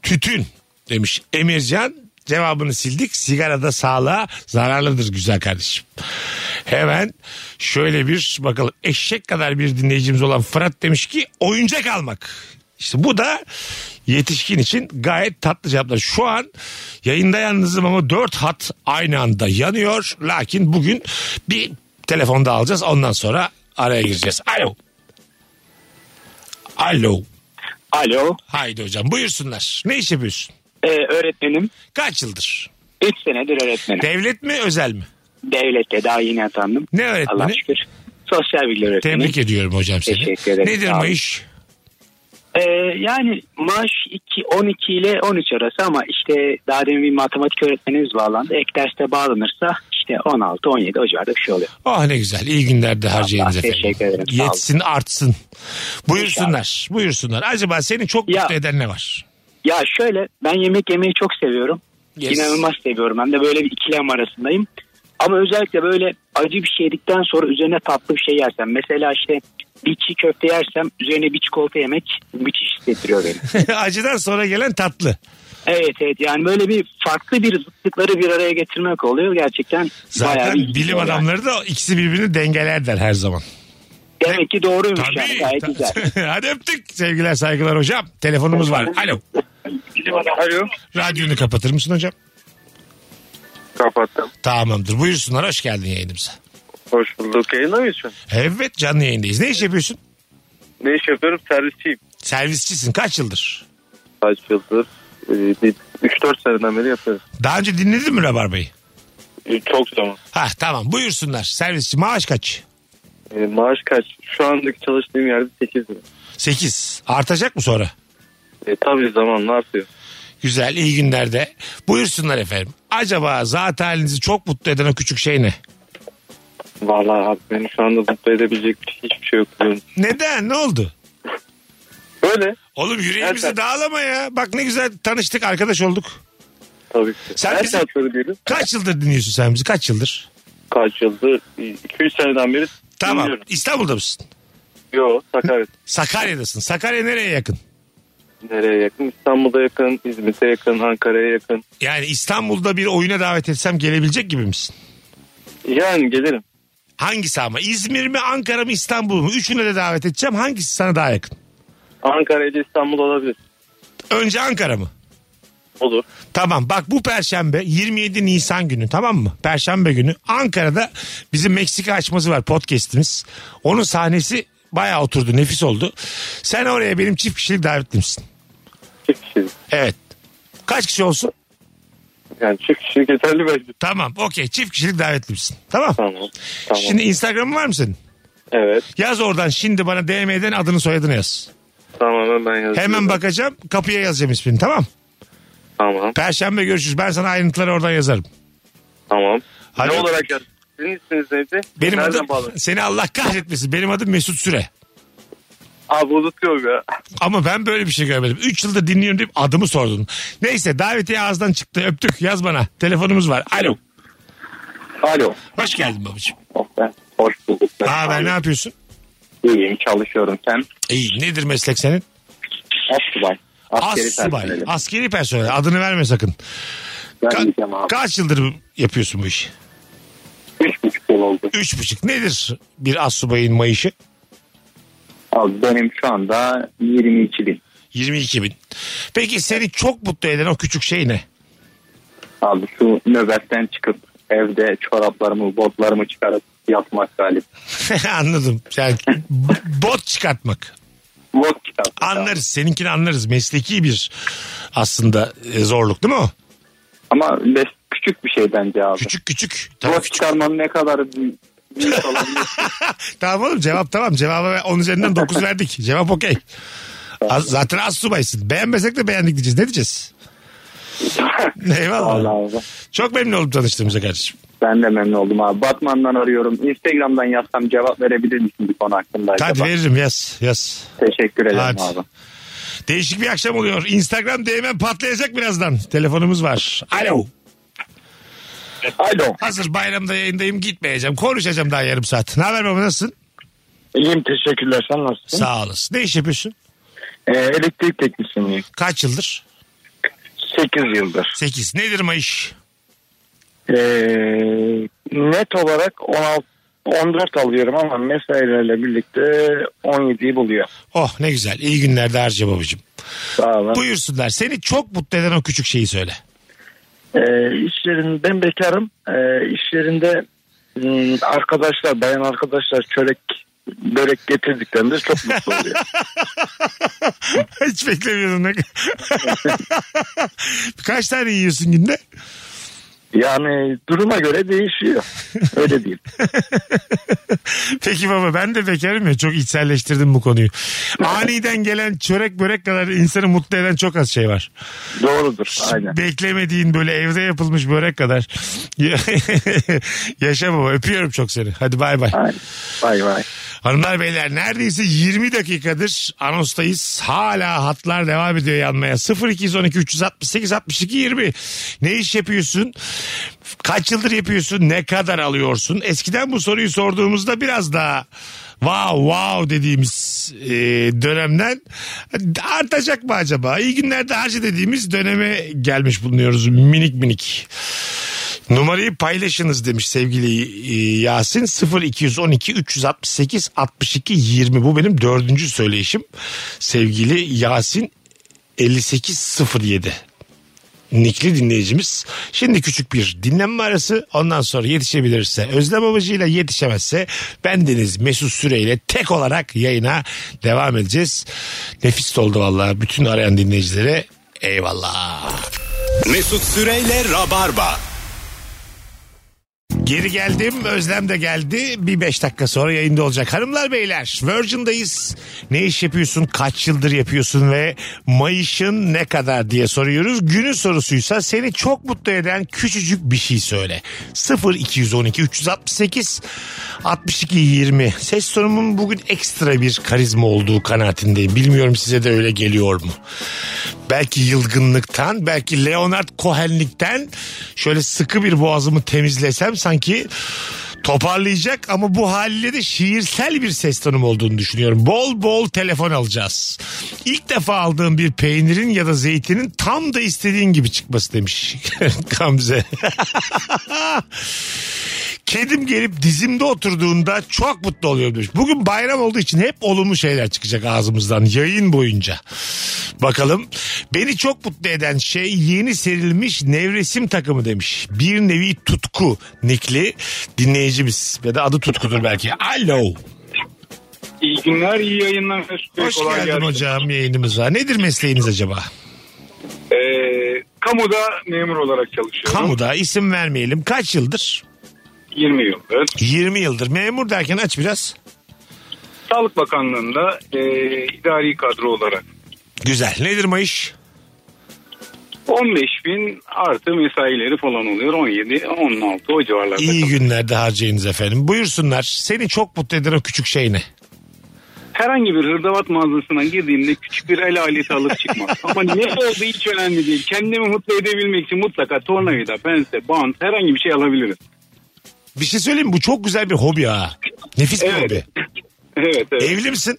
[SPEAKER 3] tütün demiş Emircan. Cevabını sildik. Sigara da sağlığa zararlıdır güzel kardeşim. Hemen şöyle bir bakalım. Eşek kadar bir dinleyicimiz olan Fırat demiş ki oyuncak almak. İşte bu da yetişkin için gayet tatlı cevaplar. Şu an yayında yalnızım ama dört hat aynı anda yanıyor. Lakin bugün bir telefonda alacağız. Ondan sonra araya gireceğiz. Alo. Alo.
[SPEAKER 8] Alo,
[SPEAKER 3] Haydi hocam buyursunlar. Ne iş yapıyorsun?
[SPEAKER 8] e, öğretmenim.
[SPEAKER 3] Kaç yıldır?
[SPEAKER 8] 3 senedir öğretmenim.
[SPEAKER 3] Devlet mi özel mi?
[SPEAKER 8] Devlette daha yeni atandım.
[SPEAKER 3] Ne öğretmeni?
[SPEAKER 8] Allah şükür. Sosyal bilgiler öğretmeni.
[SPEAKER 3] Tebrik ediyorum hocam seni.
[SPEAKER 8] Teşekkür ederim.
[SPEAKER 3] Nedir
[SPEAKER 8] Sağ olun.
[SPEAKER 3] bu iş?
[SPEAKER 8] E, yani maaş 2, 12 ile 13 arası ama işte daha demin bir matematik öğretmenimiz bağlandı. Ek derste bağlanırsa işte 16, 17 o civarda bir şey oluyor.
[SPEAKER 3] Ah ne güzel. İyi günlerde harcayınız
[SPEAKER 8] Allah,
[SPEAKER 3] efendim.
[SPEAKER 8] teşekkür ederim. Sağ olun.
[SPEAKER 3] Yetsin artsın. Buyursunlar. Buyursunlar. Acaba seni çok
[SPEAKER 8] Ya.
[SPEAKER 3] mutlu eden ne var?
[SPEAKER 8] Ya şöyle ben yemek yemeyi çok seviyorum.
[SPEAKER 3] Yes.
[SPEAKER 8] İnanılmaz seviyorum. Ben de böyle bir ikilem arasındayım. Ama özellikle böyle acı bir şey yedikten sonra üzerine tatlı bir şey yersem. Mesela işte bir çiğ köfte yersem üzerine bir çikolata yemek müthiş hissettiriyor beni.
[SPEAKER 3] Acıdan sonra gelen tatlı.
[SPEAKER 8] evet evet yani böyle bir farklı bir zıtlıkları bir araya getirmek oluyor. Gerçekten bayağı
[SPEAKER 3] Zaten
[SPEAKER 8] bir
[SPEAKER 3] bilim
[SPEAKER 8] yani.
[SPEAKER 3] adamları da ikisi birbirini dengeler der her zaman.
[SPEAKER 8] Demek ki doğruymuş yani gayet
[SPEAKER 3] Tabii.
[SPEAKER 8] güzel.
[SPEAKER 3] Hadi öptük. Sevgiler saygılar hocam. Telefonumuz var. Alo.
[SPEAKER 6] Alo.
[SPEAKER 3] Radyonu kapatır mısın hocam?
[SPEAKER 4] Kapattım.
[SPEAKER 3] Tamamdır. Buyursunlar. Hoş geldin yayınımıza.
[SPEAKER 4] Hoş bulduk. Yayında mısın?
[SPEAKER 3] Evet canlı yayındayız. Ne iş yapıyorsun?
[SPEAKER 4] Ne iş yapıyorum? Servisçiyim.
[SPEAKER 3] Servisçisin. Kaç yıldır?
[SPEAKER 4] Kaç yıldır? Ee, 3-4 seneden beri yapıyorum. Ee,
[SPEAKER 3] Daha önce dinledin mi Rabarba'yı?
[SPEAKER 4] Çok zaman.
[SPEAKER 3] Ha tamam buyursunlar. Servisçi maaş kaç?
[SPEAKER 4] E, maaş kaç? Şu andaki çalıştığım yerde 8 lira.
[SPEAKER 3] 8. Artacak mı sonra?
[SPEAKER 4] E, tabii zamanla artıyor.
[SPEAKER 3] Güzel iyi günlerde. Buyursunlar efendim. Acaba zat halinizi çok mutlu eden o küçük şey ne?
[SPEAKER 4] Vallahi abi beni şu anda mutlu edebilecek hiçbir şey yok. diyorum.
[SPEAKER 3] Neden? Ne oldu?
[SPEAKER 4] Böyle.
[SPEAKER 3] Oğlum yüreğimizi
[SPEAKER 4] Nereden?
[SPEAKER 3] dağlama ya. Bak ne güzel tanıştık arkadaş olduk.
[SPEAKER 4] Tabii ki.
[SPEAKER 3] Sen
[SPEAKER 4] Her
[SPEAKER 3] bizi-
[SPEAKER 4] şartları diyelim.
[SPEAKER 3] Kaç yıldır dinliyorsun sen bizi? Kaç yıldır?
[SPEAKER 4] Kaç yıldır? 2-3 seneden beri
[SPEAKER 3] Tamam.
[SPEAKER 4] dinliyorum.
[SPEAKER 3] İstanbul'da mısın?
[SPEAKER 4] Yo Sakarya.
[SPEAKER 3] Sakarya'dasın. Sakarya nereye yakın?
[SPEAKER 4] Nereye yakın? İstanbul'a yakın, İzmit'e yakın, Ankara'ya yakın.
[SPEAKER 3] Yani İstanbul'da bir oyuna davet etsem gelebilecek gibi misin?
[SPEAKER 4] Yani gelirim.
[SPEAKER 3] Hangisi ama? İzmir mi, Ankara mı, İstanbul mu? Üçüne de davet edeceğim. Hangisi sana daha yakın?
[SPEAKER 4] Ankara ile İstanbul olabilir.
[SPEAKER 3] Önce Ankara mı?
[SPEAKER 4] Olur.
[SPEAKER 3] Tamam bak bu perşembe 27 Nisan günü tamam mı? Perşembe günü Ankara'da bizim Meksika açması var podcast'imiz. Onun sahnesi bayağı oturdu nefis oldu. Sen oraya benim çift kişilik davetlimsin.
[SPEAKER 4] Çift kişilik.
[SPEAKER 3] Evet. Kaç kişi olsun?
[SPEAKER 4] Yani çift kişilik yeterli bence.
[SPEAKER 3] Tamam okey çift kişilik davetlimsin. Tamam.
[SPEAKER 4] Tamam. Tamam.
[SPEAKER 3] Şimdi Instagram'ın var mı senin?
[SPEAKER 4] Evet.
[SPEAKER 3] Yaz oradan şimdi bana DM'den adını soyadını yaz.
[SPEAKER 4] Tamam ben yazıyorum.
[SPEAKER 3] Hemen bakacağım kapıya yazacağım ismini tamam.
[SPEAKER 4] Tamam.
[SPEAKER 3] Perşembe görüşürüz ben sana ayrıntıları oradan yazarım.
[SPEAKER 4] Tamam.
[SPEAKER 3] Hadi.
[SPEAKER 4] Ne olarak yaz? Sizin isminiz neydi?
[SPEAKER 3] Benim
[SPEAKER 4] Nereden
[SPEAKER 3] adım
[SPEAKER 4] bağlı?
[SPEAKER 3] seni Allah kahretmesin benim adım Mesut Süre.
[SPEAKER 4] Abi unutuyorum ya.
[SPEAKER 3] Ama ben böyle bir şey görmedim. 3 yıldır dinliyorum deyip adımı sordun. Neyse davetiye ağızdan çıktı öptük yaz bana. Telefonumuz var. Alo.
[SPEAKER 4] Alo.
[SPEAKER 3] Hoş geldin babacığım.
[SPEAKER 4] Ben hoş bulduk. Ben
[SPEAKER 3] Aa ben ne yapıyorsun?
[SPEAKER 4] İyiyim çalışıyorum. Sen
[SPEAKER 3] İyi. Nedir meslek senin?
[SPEAKER 4] astsubay.
[SPEAKER 3] As subay. Askeri personel. Adını verme sakın. Ka- kaç yıldır yapıyorsun bu işi?
[SPEAKER 4] Üç buçuk yıl oldu.
[SPEAKER 3] Üç buçuk. Nedir bir as subayın maaşı?
[SPEAKER 4] Abi benim şu anda 22 bin.
[SPEAKER 3] 22 bin. Peki seni çok mutlu eden o küçük şey ne?
[SPEAKER 4] Abi şu nöbetten çıkıp evde çoraplarımı, botlarımı çıkarıp yatmak galip.
[SPEAKER 3] Anladım. Yani b- bot çıkartmak.
[SPEAKER 4] Bot kitap.
[SPEAKER 3] Anlarız. Seninkini anlarız. Mesleki bir aslında e, zorluk değil mi o?
[SPEAKER 4] Ama bes- küçük bir şey bence abi.
[SPEAKER 3] Küçük küçük. Tamam.
[SPEAKER 4] Bot çıkarmanın ne kadar büyük büyük olabilir.
[SPEAKER 3] Tamam oğlum cevap tamam. Cevaba 10 üzerinden 9 verdik. Cevap okey. Az- Zaten az subaysın. Beğenmesek de beğendik diyeceğiz. Ne diyeceğiz? Eyvallah.
[SPEAKER 4] Vallahi abi.
[SPEAKER 3] Çok memnun oldum tanıştığımıza kardeşim.
[SPEAKER 4] Ben de memnun oldum abi. Batman'dan arıyorum. Instagram'dan yazsam cevap verebilir misin bu konu hakkında?
[SPEAKER 3] Hadi
[SPEAKER 4] acaba?
[SPEAKER 3] veririm yaz yaz.
[SPEAKER 4] Teşekkür ederim
[SPEAKER 3] Hadi.
[SPEAKER 4] abi.
[SPEAKER 3] Değişik bir akşam oluyor. Instagram DM'm patlayacak birazdan. Telefonumuz var. Alo.
[SPEAKER 4] Alo.
[SPEAKER 3] Hazır bayramda yayındayım gitmeyeceğim. Konuşacağım daha yarım saat. Ne haber baba nasılsın?
[SPEAKER 9] İyiyim teşekkürler sen nasılsın?
[SPEAKER 3] Sağ olasın. Ne iş yapıyorsun?
[SPEAKER 9] Ee, elektrik teknisyeniyim.
[SPEAKER 3] Kaç yıldır?
[SPEAKER 9] 8 yıldır.
[SPEAKER 3] 8. Nedir maaş?
[SPEAKER 9] Ee, net olarak 16 14 alıyorum ama mesailerle birlikte 17'yi buluyor.
[SPEAKER 3] Oh ne güzel. İyi günlerde harca babacığım.
[SPEAKER 9] Sağ olun.
[SPEAKER 3] Buyursunlar. Seni çok mutlu eden o küçük şeyi söyle.
[SPEAKER 9] Ee, iş yerin- ben bekarım. Ee, iş yerinde m, arkadaşlar, bayan arkadaşlar çörek börek getirdiklerinde çok mutlu oluyor.
[SPEAKER 3] Hiç beklemiyordum. ne- Kaç tane yiyorsun günde?
[SPEAKER 9] Yani duruma göre değişiyor. Öyle diyeyim.
[SPEAKER 3] Peki baba ben de bekarım ya çok içselleştirdim bu konuyu. Aniden gelen çörek börek kadar insanı mutlu eden çok az şey var.
[SPEAKER 9] Doğrudur. Aynen.
[SPEAKER 3] Beklemediğin böyle evde yapılmış börek kadar. Yaşa baba öpüyorum çok seni. Hadi bay bay.
[SPEAKER 9] Aynen. Vay vay.
[SPEAKER 3] Hanımlar beyler neredeyse 20 dakikadır anonstayız. Hala hatlar devam ediyor yanmaya. 0212 368 62 20. Ne iş yapıyorsun? Kaç yıldır yapıyorsun? Ne kadar alıyorsun? Eskiden bu soruyu sorduğumuzda biraz daha wow wow dediğimiz e, dönemden artacak mı acaba? İyi günlerde harcı dediğimiz döneme gelmiş bulunuyoruz minik minik. Numarayı paylaşınız demiş sevgili e, Yasin. 0212 368 62 20 bu benim dördüncü söyleyişim. Sevgili Yasin 5807 Nikli dinleyicimiz. Şimdi küçük bir dinlenme arası ondan sonra yetişebilirse Özlem Abacı ile yetişemezse bendeniz Mesut Süre ile tek olarak yayına devam edeceğiz. Nefis oldu vallahi bütün arayan dinleyicilere eyvallah.
[SPEAKER 2] Mesut Süreyle Rabarba.
[SPEAKER 3] Geri geldim. Özlem de geldi. Bir beş dakika sonra yayında olacak. Hanımlar beyler Virgin'dayız. Ne iş yapıyorsun? Kaç yıldır yapıyorsun ve mayışın ne kadar diye soruyoruz. Günün sorusuysa seni çok mutlu eden küçücük bir şey söyle. 0 212 368 62 20. Ses sonumun bugün ekstra bir karizma olduğu kanaatindeyim. Bilmiyorum size de öyle geliyor mu? belki yılgınlıktan, belki Leonard Cohen'likten şöyle sıkı bir boğazımı temizlesem sanki toparlayacak ama bu haliyle de şiirsel bir ses tonum olduğunu düşünüyorum. Bol bol telefon alacağız. İlk defa aldığım bir peynirin ya da zeytinin tam da istediğin gibi çıkması demiş Gamze. Kedim gelip dizimde oturduğunda çok mutlu oluyorum demiş. Bugün bayram olduğu için hep olumlu şeyler çıkacak ağzımızdan yayın boyunca. Bakalım. Beni çok mutlu eden şey yeni serilmiş nevresim takımı demiş. Bir nevi tutku nikli dinleyicimiz ya da adı tutkudur belki. Alo.
[SPEAKER 6] İyi günler, iyi yayınlar.
[SPEAKER 3] Hoş geldin hocam yayınımıza. Nedir mesleğiniz acaba?
[SPEAKER 6] Ee, kamuda memur olarak çalışıyorum.
[SPEAKER 3] Kamuda isim vermeyelim. Kaç yıldır?
[SPEAKER 6] 20 yıldır.
[SPEAKER 3] 20 yıldır. Memur derken aç biraz.
[SPEAKER 6] Sağlık Bakanlığı'nda e, idari kadro olarak
[SPEAKER 3] Güzel. Nedir maaş?
[SPEAKER 6] 15 bin artı mesaileri falan oluyor. 17, 16 o civarlarda.
[SPEAKER 3] İyi günlerde harcayınız efendim. Buyursunlar. Seni çok mutlu eden o küçük şey ne?
[SPEAKER 6] Herhangi bir hırdavat mağazasına girdiğimde küçük bir el aleti alıp çıkmak. Ama ne oldu hiç önemli değil. Kendimi mutlu edebilmek için mutlaka tornavida, pense, bant herhangi bir şey alabilirim.
[SPEAKER 3] Bir şey söyleyeyim mi? Bu çok güzel bir hobi ha. Nefis bir
[SPEAKER 6] Evet.
[SPEAKER 3] hobi.
[SPEAKER 6] Evet evet.
[SPEAKER 3] Evli misin?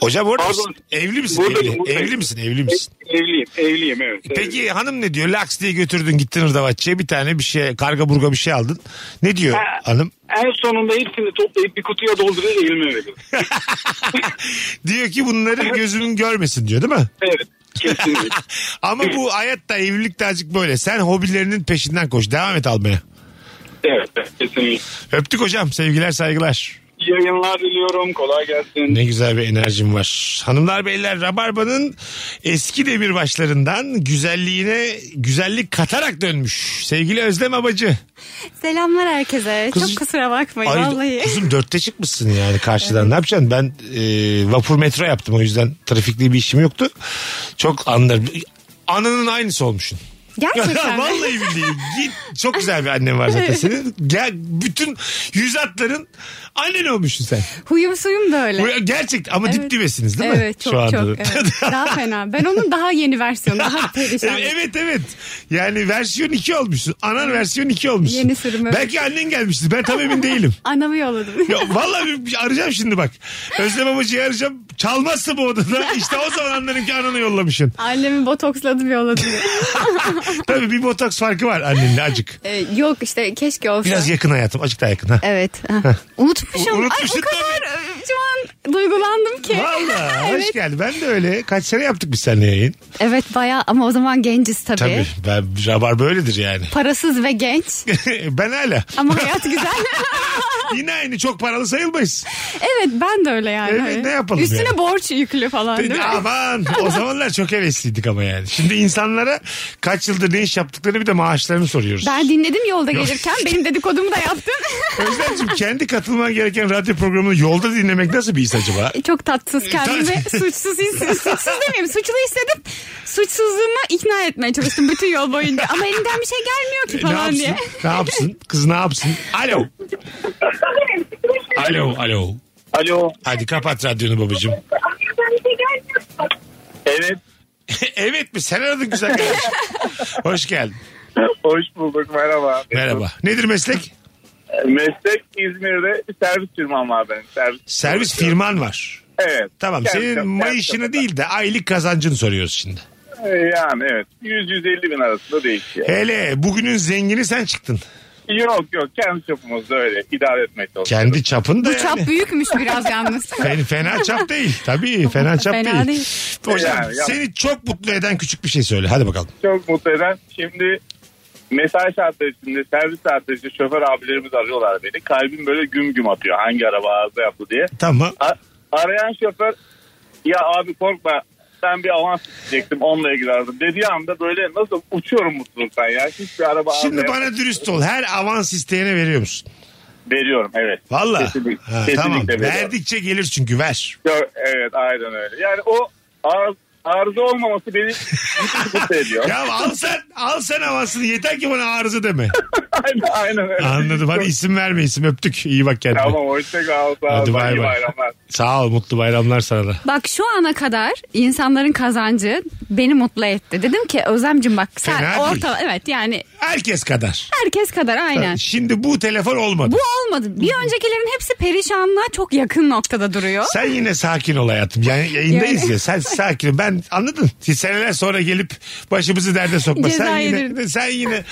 [SPEAKER 3] Hocam orada
[SPEAKER 6] Pardon.
[SPEAKER 3] mısın? Evli misin?
[SPEAKER 6] Buradayım,
[SPEAKER 3] evli.
[SPEAKER 6] buradayım.
[SPEAKER 3] evli misin? Evli misin?
[SPEAKER 6] Evliyim, evliyim evet.
[SPEAKER 3] Peki hanım ne diyor? Laks diye götürdün gittin hırdavatçıya bir tane bir şey karga burga bir şey aldın. Ne diyor
[SPEAKER 6] Ha.
[SPEAKER 3] hanım?
[SPEAKER 6] En sonunda hepsini toplayıp bir kutuya dolduruyor elime veriyorum.
[SPEAKER 3] Diyor ki bunları gözümün görmesin diyor değil mi?
[SPEAKER 6] Evet. Kesinlikle.
[SPEAKER 3] Ama bu hayatta evlilikte azıcık böyle. Sen hobilerinin peşinden koş. Devam et almaya.
[SPEAKER 6] evet, evet, kesinlikle.
[SPEAKER 3] Öptük hocam. Sevgiler saygılar.
[SPEAKER 6] İyi yayınlar diliyorum. Kolay gelsin.
[SPEAKER 3] Ne güzel bir enerjim var. Hanımlar beyler Rabarba'nın eski demirbaşlarından güzelliğine güzellik katarak dönmüş. Sevgili Özlem Abacı.
[SPEAKER 10] Selamlar herkese.
[SPEAKER 3] Kız-
[SPEAKER 10] Çok kusura bakmayın
[SPEAKER 3] Ay,
[SPEAKER 10] vallahi.
[SPEAKER 3] kızım dörtte çıkmışsın yani karşıdan. Ne yapacaksın? Ben e, vapur metro yaptım o yüzden trafikli bir işim yoktu. Çok anlar. Ananın aynısı olmuşsun.
[SPEAKER 10] Gerçekten mi?
[SPEAKER 3] Vallahi billahi. Git. Çok güzel bir annen var zaten senin. Gel bütün yüz atların annen olmuşsun sen.
[SPEAKER 10] Huyum suyum da öyle.
[SPEAKER 3] Bu gerçek ama dip
[SPEAKER 10] Evet.
[SPEAKER 3] dibesiniz değil mi?
[SPEAKER 10] Evet çok çok. Evet. Daha fena. Ben onun daha yeni versiyonu. Daha perişan.
[SPEAKER 3] Evet, E, evet evet. Yani versiyon 2 olmuşsun. Anan versiyon 2 olmuşsun.
[SPEAKER 10] Yeni sürüm, evet.
[SPEAKER 3] Belki annen gelmiştir. Ben tam emin değilim.
[SPEAKER 10] Anamı yolladım.
[SPEAKER 3] Ya, vallahi bir- bir arayacağım şimdi bak. Özlem Amacı'yı arayacağım. Çalmazsa bu odada işte o zaman anlarım ki ananı yollamışsın.
[SPEAKER 10] Annemi botoksladım yolladım.
[SPEAKER 3] Tabii bir botoks farkı var annenle acık.
[SPEAKER 10] Ee, yok işte keşke olsa.
[SPEAKER 3] Biraz yakın hayatım. Acık daha yakın ha.
[SPEAKER 10] Evet. Ha. Unutmuşum.
[SPEAKER 3] Unutmuşsun
[SPEAKER 10] Ay, o kadar e, şu an duygulandım ki.
[SPEAKER 3] Valla hoş
[SPEAKER 10] Evet.
[SPEAKER 3] geldin. Ben de öyle. Kaç sene yaptık biz seninle yayın.
[SPEAKER 10] Evet bayağı ama o zaman genciz tabii.
[SPEAKER 3] Tabii. Ben, rabar böyledir yani.
[SPEAKER 10] Parasız ve genç
[SPEAKER 3] ben hala.
[SPEAKER 10] ama hayat güzel.
[SPEAKER 3] Yine aynı çok paralı sayılmayız.
[SPEAKER 10] evet ben de öyle yani.
[SPEAKER 3] Evet, ne yapalım
[SPEAKER 10] Üstüne
[SPEAKER 3] yani?
[SPEAKER 10] borç yüklü falan değil mi?
[SPEAKER 3] Aman o zamanlar çok hevesliydik ama yani. Şimdi insanlara kaç yıldır ne iş yaptıklarını bir de maaşlarını soruyoruz.
[SPEAKER 10] Ben dinledim yolda gelirken. Benim dedikodumu da yaptın.
[SPEAKER 3] Özlemciğim kendi katılman gereken radyo programını yolda dinlemek nasıl bir his acaba?
[SPEAKER 10] E, Çok tatsız kendimi
[SPEAKER 3] Tatsız.
[SPEAKER 10] suçsuz hissettim. Suçsuz demeyeyim. Suçlu hissedip suçsuzluğumu ikna etmeye çalıştım bütün yol boyunca. Ama elinden bir şey gelmiyor ki
[SPEAKER 3] E, ne
[SPEAKER 10] falan
[SPEAKER 3] yapsın?
[SPEAKER 10] diye.
[SPEAKER 3] Ne yapsın? Kız ne yapsın? Alo. alo, alo.
[SPEAKER 9] Alo.
[SPEAKER 3] Hadi kapat radyonu babacığım.
[SPEAKER 9] Evet.
[SPEAKER 3] evet mi? Sen aradın güzel kardeşim. Hoş geldin.
[SPEAKER 9] Hoş bulduk. Merhaba.
[SPEAKER 3] Merhaba. Nedir meslek?
[SPEAKER 9] Meslek İzmir'de bir servis firmam var benim. Servis.
[SPEAKER 3] Servis firman var.
[SPEAKER 9] Evet.
[SPEAKER 3] Tamam
[SPEAKER 9] Kendi
[SPEAKER 3] senin
[SPEAKER 9] çapı- kendi
[SPEAKER 3] maaşını
[SPEAKER 9] çapında.
[SPEAKER 3] değil de aylık kazancını soruyoruz şimdi.
[SPEAKER 9] Ee, Yani evet. 100-150 bin arasında değişiyor.
[SPEAKER 3] Hele bugünün zengini sen çıktın.
[SPEAKER 9] Yok yok. Kendi çapımızda öyle. idare etmek lazım.
[SPEAKER 3] Kendi çapın da
[SPEAKER 10] Bu
[SPEAKER 3] yani.
[SPEAKER 10] çap büyükmüş biraz yalnız.
[SPEAKER 3] Fe- Fena çap değil. Tabii fena çap değil.
[SPEAKER 10] Fena değil.
[SPEAKER 3] Hocam
[SPEAKER 9] Yani, yani.
[SPEAKER 3] seni çok mutlu eden küçük bir şey söyle. Hadi bakalım.
[SPEAKER 9] çok mutlu eden. Şimdi mesai saatleri içinde servis saatleri içinde şoför abilerimiz arıyorlar beni. Kalbim böyle güm güm atıyor hangi araba arıza yaptı diye.
[SPEAKER 3] Tamam.
[SPEAKER 9] A- arayan şoför ya abi korkma ben bir avans isteyecektim onunla ilgili aradım dediği anda böyle nasıl uçuyorum mutluluktan ya. Hiçbir araba
[SPEAKER 3] Şimdi
[SPEAKER 9] arızaya
[SPEAKER 3] bana dürüst ol. Her avans isteyene veriyor musun?
[SPEAKER 9] veriyorum evet.
[SPEAKER 3] Valla.
[SPEAKER 9] Kesinlikle,
[SPEAKER 3] Ha,
[SPEAKER 9] kesinlikle
[SPEAKER 3] Tamam.
[SPEAKER 9] veriyorum.
[SPEAKER 3] Verdikçe gelir çünkü ver.
[SPEAKER 9] Yo- Evet aynen öyle. Yani o arz- arıza olmaması beni hiç mutlu ediyor.
[SPEAKER 3] Ya al sen, al sen avansını. Yeter ki bana arıza deme.
[SPEAKER 9] aynen, aynen öyle.
[SPEAKER 3] Anladım. Hadi isim verme isim öptük. İyi bak kendine.
[SPEAKER 9] Tamam hoşçakal. Sağ ol.
[SPEAKER 3] Hadi
[SPEAKER 9] İyi
[SPEAKER 3] bay bay.
[SPEAKER 9] bayramlar.
[SPEAKER 3] Sağ ol. Mutlu bayramlar sana da.
[SPEAKER 10] Bak şu ana kadar insanların kazancı beni mutlu etti. Dedim ki Özlemcim bak sen
[SPEAKER 3] Fena değil.
[SPEAKER 10] orta evet yani
[SPEAKER 3] Herkes kadar.
[SPEAKER 10] herkes kadar aynen.
[SPEAKER 3] Şimdi bu telefon olmadı.
[SPEAKER 10] Bu olmadı. Bir öncekilerin hepsi perişanlığa çok yakın noktada duruyor.
[SPEAKER 3] Sen yine sakin ol hayatım. Yani yayındayız
[SPEAKER 10] Yani.
[SPEAKER 3] ya. Sen sakin. ol. Ben anladın. Siz Seneler sonra gelip başımızı derde sokma. sen
[SPEAKER 10] Ceza
[SPEAKER 3] yine,
[SPEAKER 10] yedirdim.
[SPEAKER 3] sen yine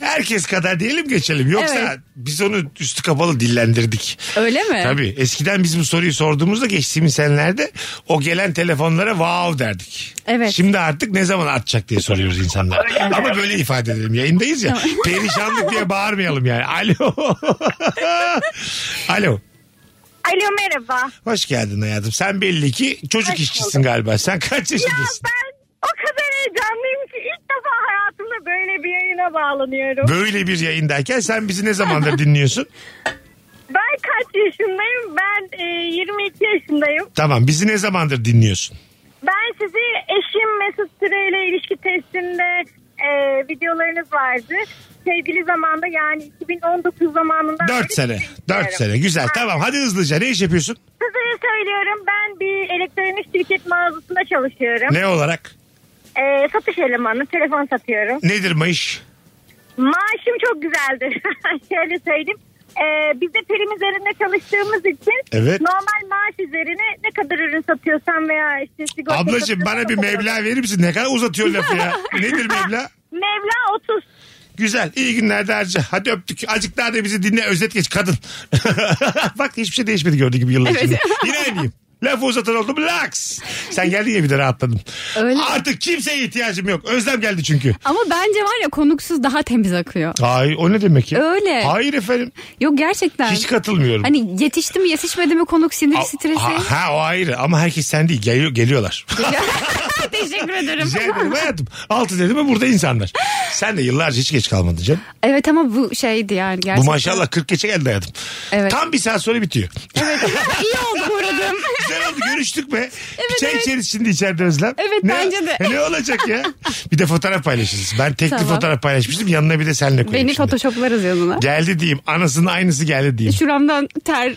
[SPEAKER 3] herkes kadar diyelim geçelim. Yoksa
[SPEAKER 10] Evet.
[SPEAKER 3] biz onu üstü kapalı dillendirdik.
[SPEAKER 10] Öyle mi?
[SPEAKER 3] Tabii. Eskiden biz bu soruyu sorduğumuzda geçtiğimiz senelerde o gelen telefonlara wow derdik.
[SPEAKER 10] Evet.
[SPEAKER 3] Şimdi artık ne zaman artacak diye soruyoruz insanlara. Ama böyle ifade edelim. Yayındayız ya. Perişanlık diye bağırmayalım yani. Alo. Alo.
[SPEAKER 5] Alo merhaba.
[SPEAKER 3] Hoş geldin hayatım. Sen belli ki çocuk
[SPEAKER 5] Hoş
[SPEAKER 3] işçisin galiba. Sen kaç yaşındasın?
[SPEAKER 5] ben
[SPEAKER 11] O kadar heyecanlıyım ki ilk defa hayatımda böyle bir yayına bağlanıyorum.
[SPEAKER 3] Böyle bir yayındayken sen bizi ne zamandır dinliyorsun?
[SPEAKER 11] Ben kaç yaşındayım? Ben e, 22 yaşındayım.
[SPEAKER 3] Tamam bizi ne zamandır dinliyorsun?
[SPEAKER 11] Ben sizi eşim Mesut Süre ile ilişki testinde e, videolarınız vardı. Sevgili zamanda yani 2019 zamanından beri
[SPEAKER 3] 4 sene. 4 sene güzel tamam hadi hızlıca ne iş yapıyorsun?
[SPEAKER 11] Size söylüyorum ben bir elektronik şirket mağazasında çalışıyorum.
[SPEAKER 3] Ne olarak?
[SPEAKER 11] E, satış elemanı, telefon satıyorum.
[SPEAKER 3] Nedir maaş?
[SPEAKER 11] Maaşım çok güzeldir. Şöyle söyleyeyim. Ee, biz de prim üzerinde çalıştığımız için
[SPEAKER 3] Evet.
[SPEAKER 11] normal maaş üzerine ne kadar ürün satıyorsan veya işte sigorta
[SPEAKER 3] Ablacığım
[SPEAKER 11] satıyorsan
[SPEAKER 3] bana
[SPEAKER 11] o
[SPEAKER 3] bir
[SPEAKER 11] kadar.
[SPEAKER 3] meblağ verir misin? Ne kadar uzatıyor lafı ya. Nedir meblağ?
[SPEAKER 11] Meblağ 30.
[SPEAKER 3] Güzel. iyi günler de harca. Hadi öptük. Azıcık daha da bizi dinle. Özet geç kadın. Bak hiçbir şey değişmedi gördüğün gibi yıllar
[SPEAKER 12] Evet.
[SPEAKER 3] içinde. Yine aynıyım. Lafı uzatan oldum. Laks. Sen geldin ya bir de rahatladım. Artık kimseye ihtiyacım yok. Özlem geldi çünkü.
[SPEAKER 10] Ama bence var ya konuksuz daha temiz akıyor.
[SPEAKER 3] Ay o ne demek ya?
[SPEAKER 10] Öyle.
[SPEAKER 3] Hayır efendim.
[SPEAKER 10] Yok gerçekten.
[SPEAKER 3] Hiç katılmıyorum.
[SPEAKER 10] Hani yetişti mi yetişmedi mi konuk sinir stresi.
[SPEAKER 3] Ha, ha, o ayrı ama herkes sen değil. Geliyor, geliyorlar.
[SPEAKER 10] Teşekkür
[SPEAKER 3] Rica ederim hayatım. Altı dedi mi burada insanlar. Sen de yıllarca hiç geç kalmadın canım.
[SPEAKER 10] Evet ama bu şeydi yani gerçekten.
[SPEAKER 3] Bu maşallah 40 geçe geldi hayatım.
[SPEAKER 10] Evet.
[SPEAKER 3] Tam bir saat sonra bitiyor.
[SPEAKER 10] Evet. İyi oldu bu arada.
[SPEAKER 3] Güzel oldu görüştük be. bir
[SPEAKER 10] Evet,
[SPEAKER 3] çay
[SPEAKER 10] evet.
[SPEAKER 3] içeriz şimdi içeride Özlem.
[SPEAKER 10] Evet,
[SPEAKER 3] ne,
[SPEAKER 10] bence de.
[SPEAKER 3] Ne olacak ya? Bir de fotoğraf paylaşırız. Ben tekli
[SPEAKER 10] Tamam.
[SPEAKER 3] fotoğraf paylaşmıştım yanına bir de seninle koyayım.
[SPEAKER 10] Beni photoshoplarız yanına.
[SPEAKER 3] Geldi diyeyim anasının aynısı geldi diyeyim.
[SPEAKER 10] Şuramdan ter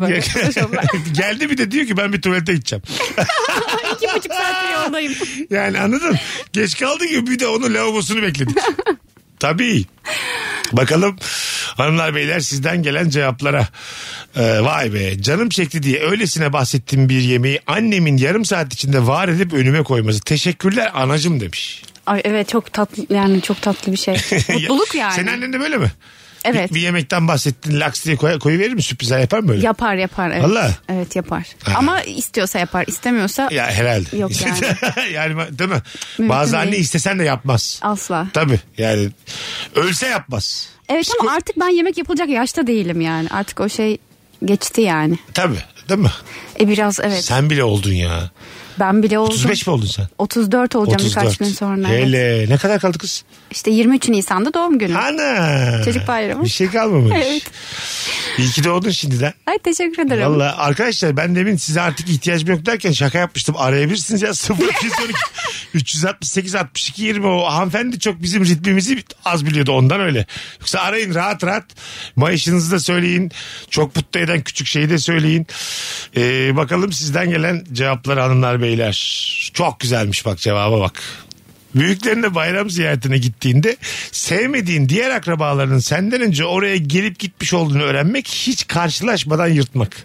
[SPEAKER 10] böyle. Photoshop'la.
[SPEAKER 3] geldi bir de diyor ki ben bir tuvalete gideceğim.
[SPEAKER 10] İki buçuk saattir yoldayım.
[SPEAKER 3] Yani anladın? Geç kaldı gibi bir de onun lavabosunu bekledik. Tabii. Bakalım hanımlar beyler sizden gelen cevaplara. Ee, vay be canım çekti diye öylesine bahsettiğim bir yemeği annemin yarım saat içinde var edip önüme koyması. Teşekkürler anacım demiş.
[SPEAKER 10] Ay evet çok tatlı yani çok tatlı bir şey. Mutluluk yani.
[SPEAKER 3] Senin annen de böyle mi?
[SPEAKER 10] Evet.
[SPEAKER 3] Bir, bir yemekten bahsettin laks diye koy, koyuverir mi? Sürprizler yapar mı böyle?
[SPEAKER 10] Yapar yapar evet.
[SPEAKER 3] Valla?
[SPEAKER 10] Evet yapar.
[SPEAKER 3] Ha.
[SPEAKER 10] Ama istiyorsa yapar istemiyorsa
[SPEAKER 3] Ya herhalde.
[SPEAKER 10] Yok yani.
[SPEAKER 3] yani değil mi?
[SPEAKER 10] Mümkün
[SPEAKER 3] Bazı anne
[SPEAKER 10] değil.
[SPEAKER 3] istesen de yapmaz.
[SPEAKER 10] asla.
[SPEAKER 3] Tabii yani ölse yapmaz.
[SPEAKER 10] Evet ama artık ben yemek yapılacak yaşta değilim yani. Artık o şey geçti yani.
[SPEAKER 3] Tabii değil mi?
[SPEAKER 10] E biraz evet.
[SPEAKER 3] Sen bile oldun ya.
[SPEAKER 10] Ben bile oldum.
[SPEAKER 3] 35 mi oldun sen?
[SPEAKER 10] 34 olacağım birkaç gün sonra. evet.
[SPEAKER 3] Hele ne kadar kaldı kız?
[SPEAKER 10] İşte 23 Nisan'da doğum günüm.
[SPEAKER 3] Ana.
[SPEAKER 10] Çocuk bayramı.
[SPEAKER 3] Bir şey kalmamış.
[SPEAKER 10] Evet.
[SPEAKER 3] İyi ki doğdun şimdiden.
[SPEAKER 10] Ay teşekkür ederim.
[SPEAKER 3] Valla arkadaşlar ben demin size artık ihtiyacım yok derken şaka yapmıştım. Arayabilirsiniz ya 0212 368 62 20 o hanımefendi çok bizim ritmimizi az biliyordu ondan öyle. Yoksa arayın rahat rahat maaşınızı da söyleyin. Çok mutlu eden küçük şeyi de söyleyin. Ee, bakalım sizden gelen cevapları hanımlar beyler. Çok güzelmiş bak cevaba bak. Büyüklerin de bayram ziyaretine gittiğinde sevmediğin diğer akrabalarının senden önce oraya gelip gitmiş olduğunu öğrenmek hiç karşılaşmadan yırtmak.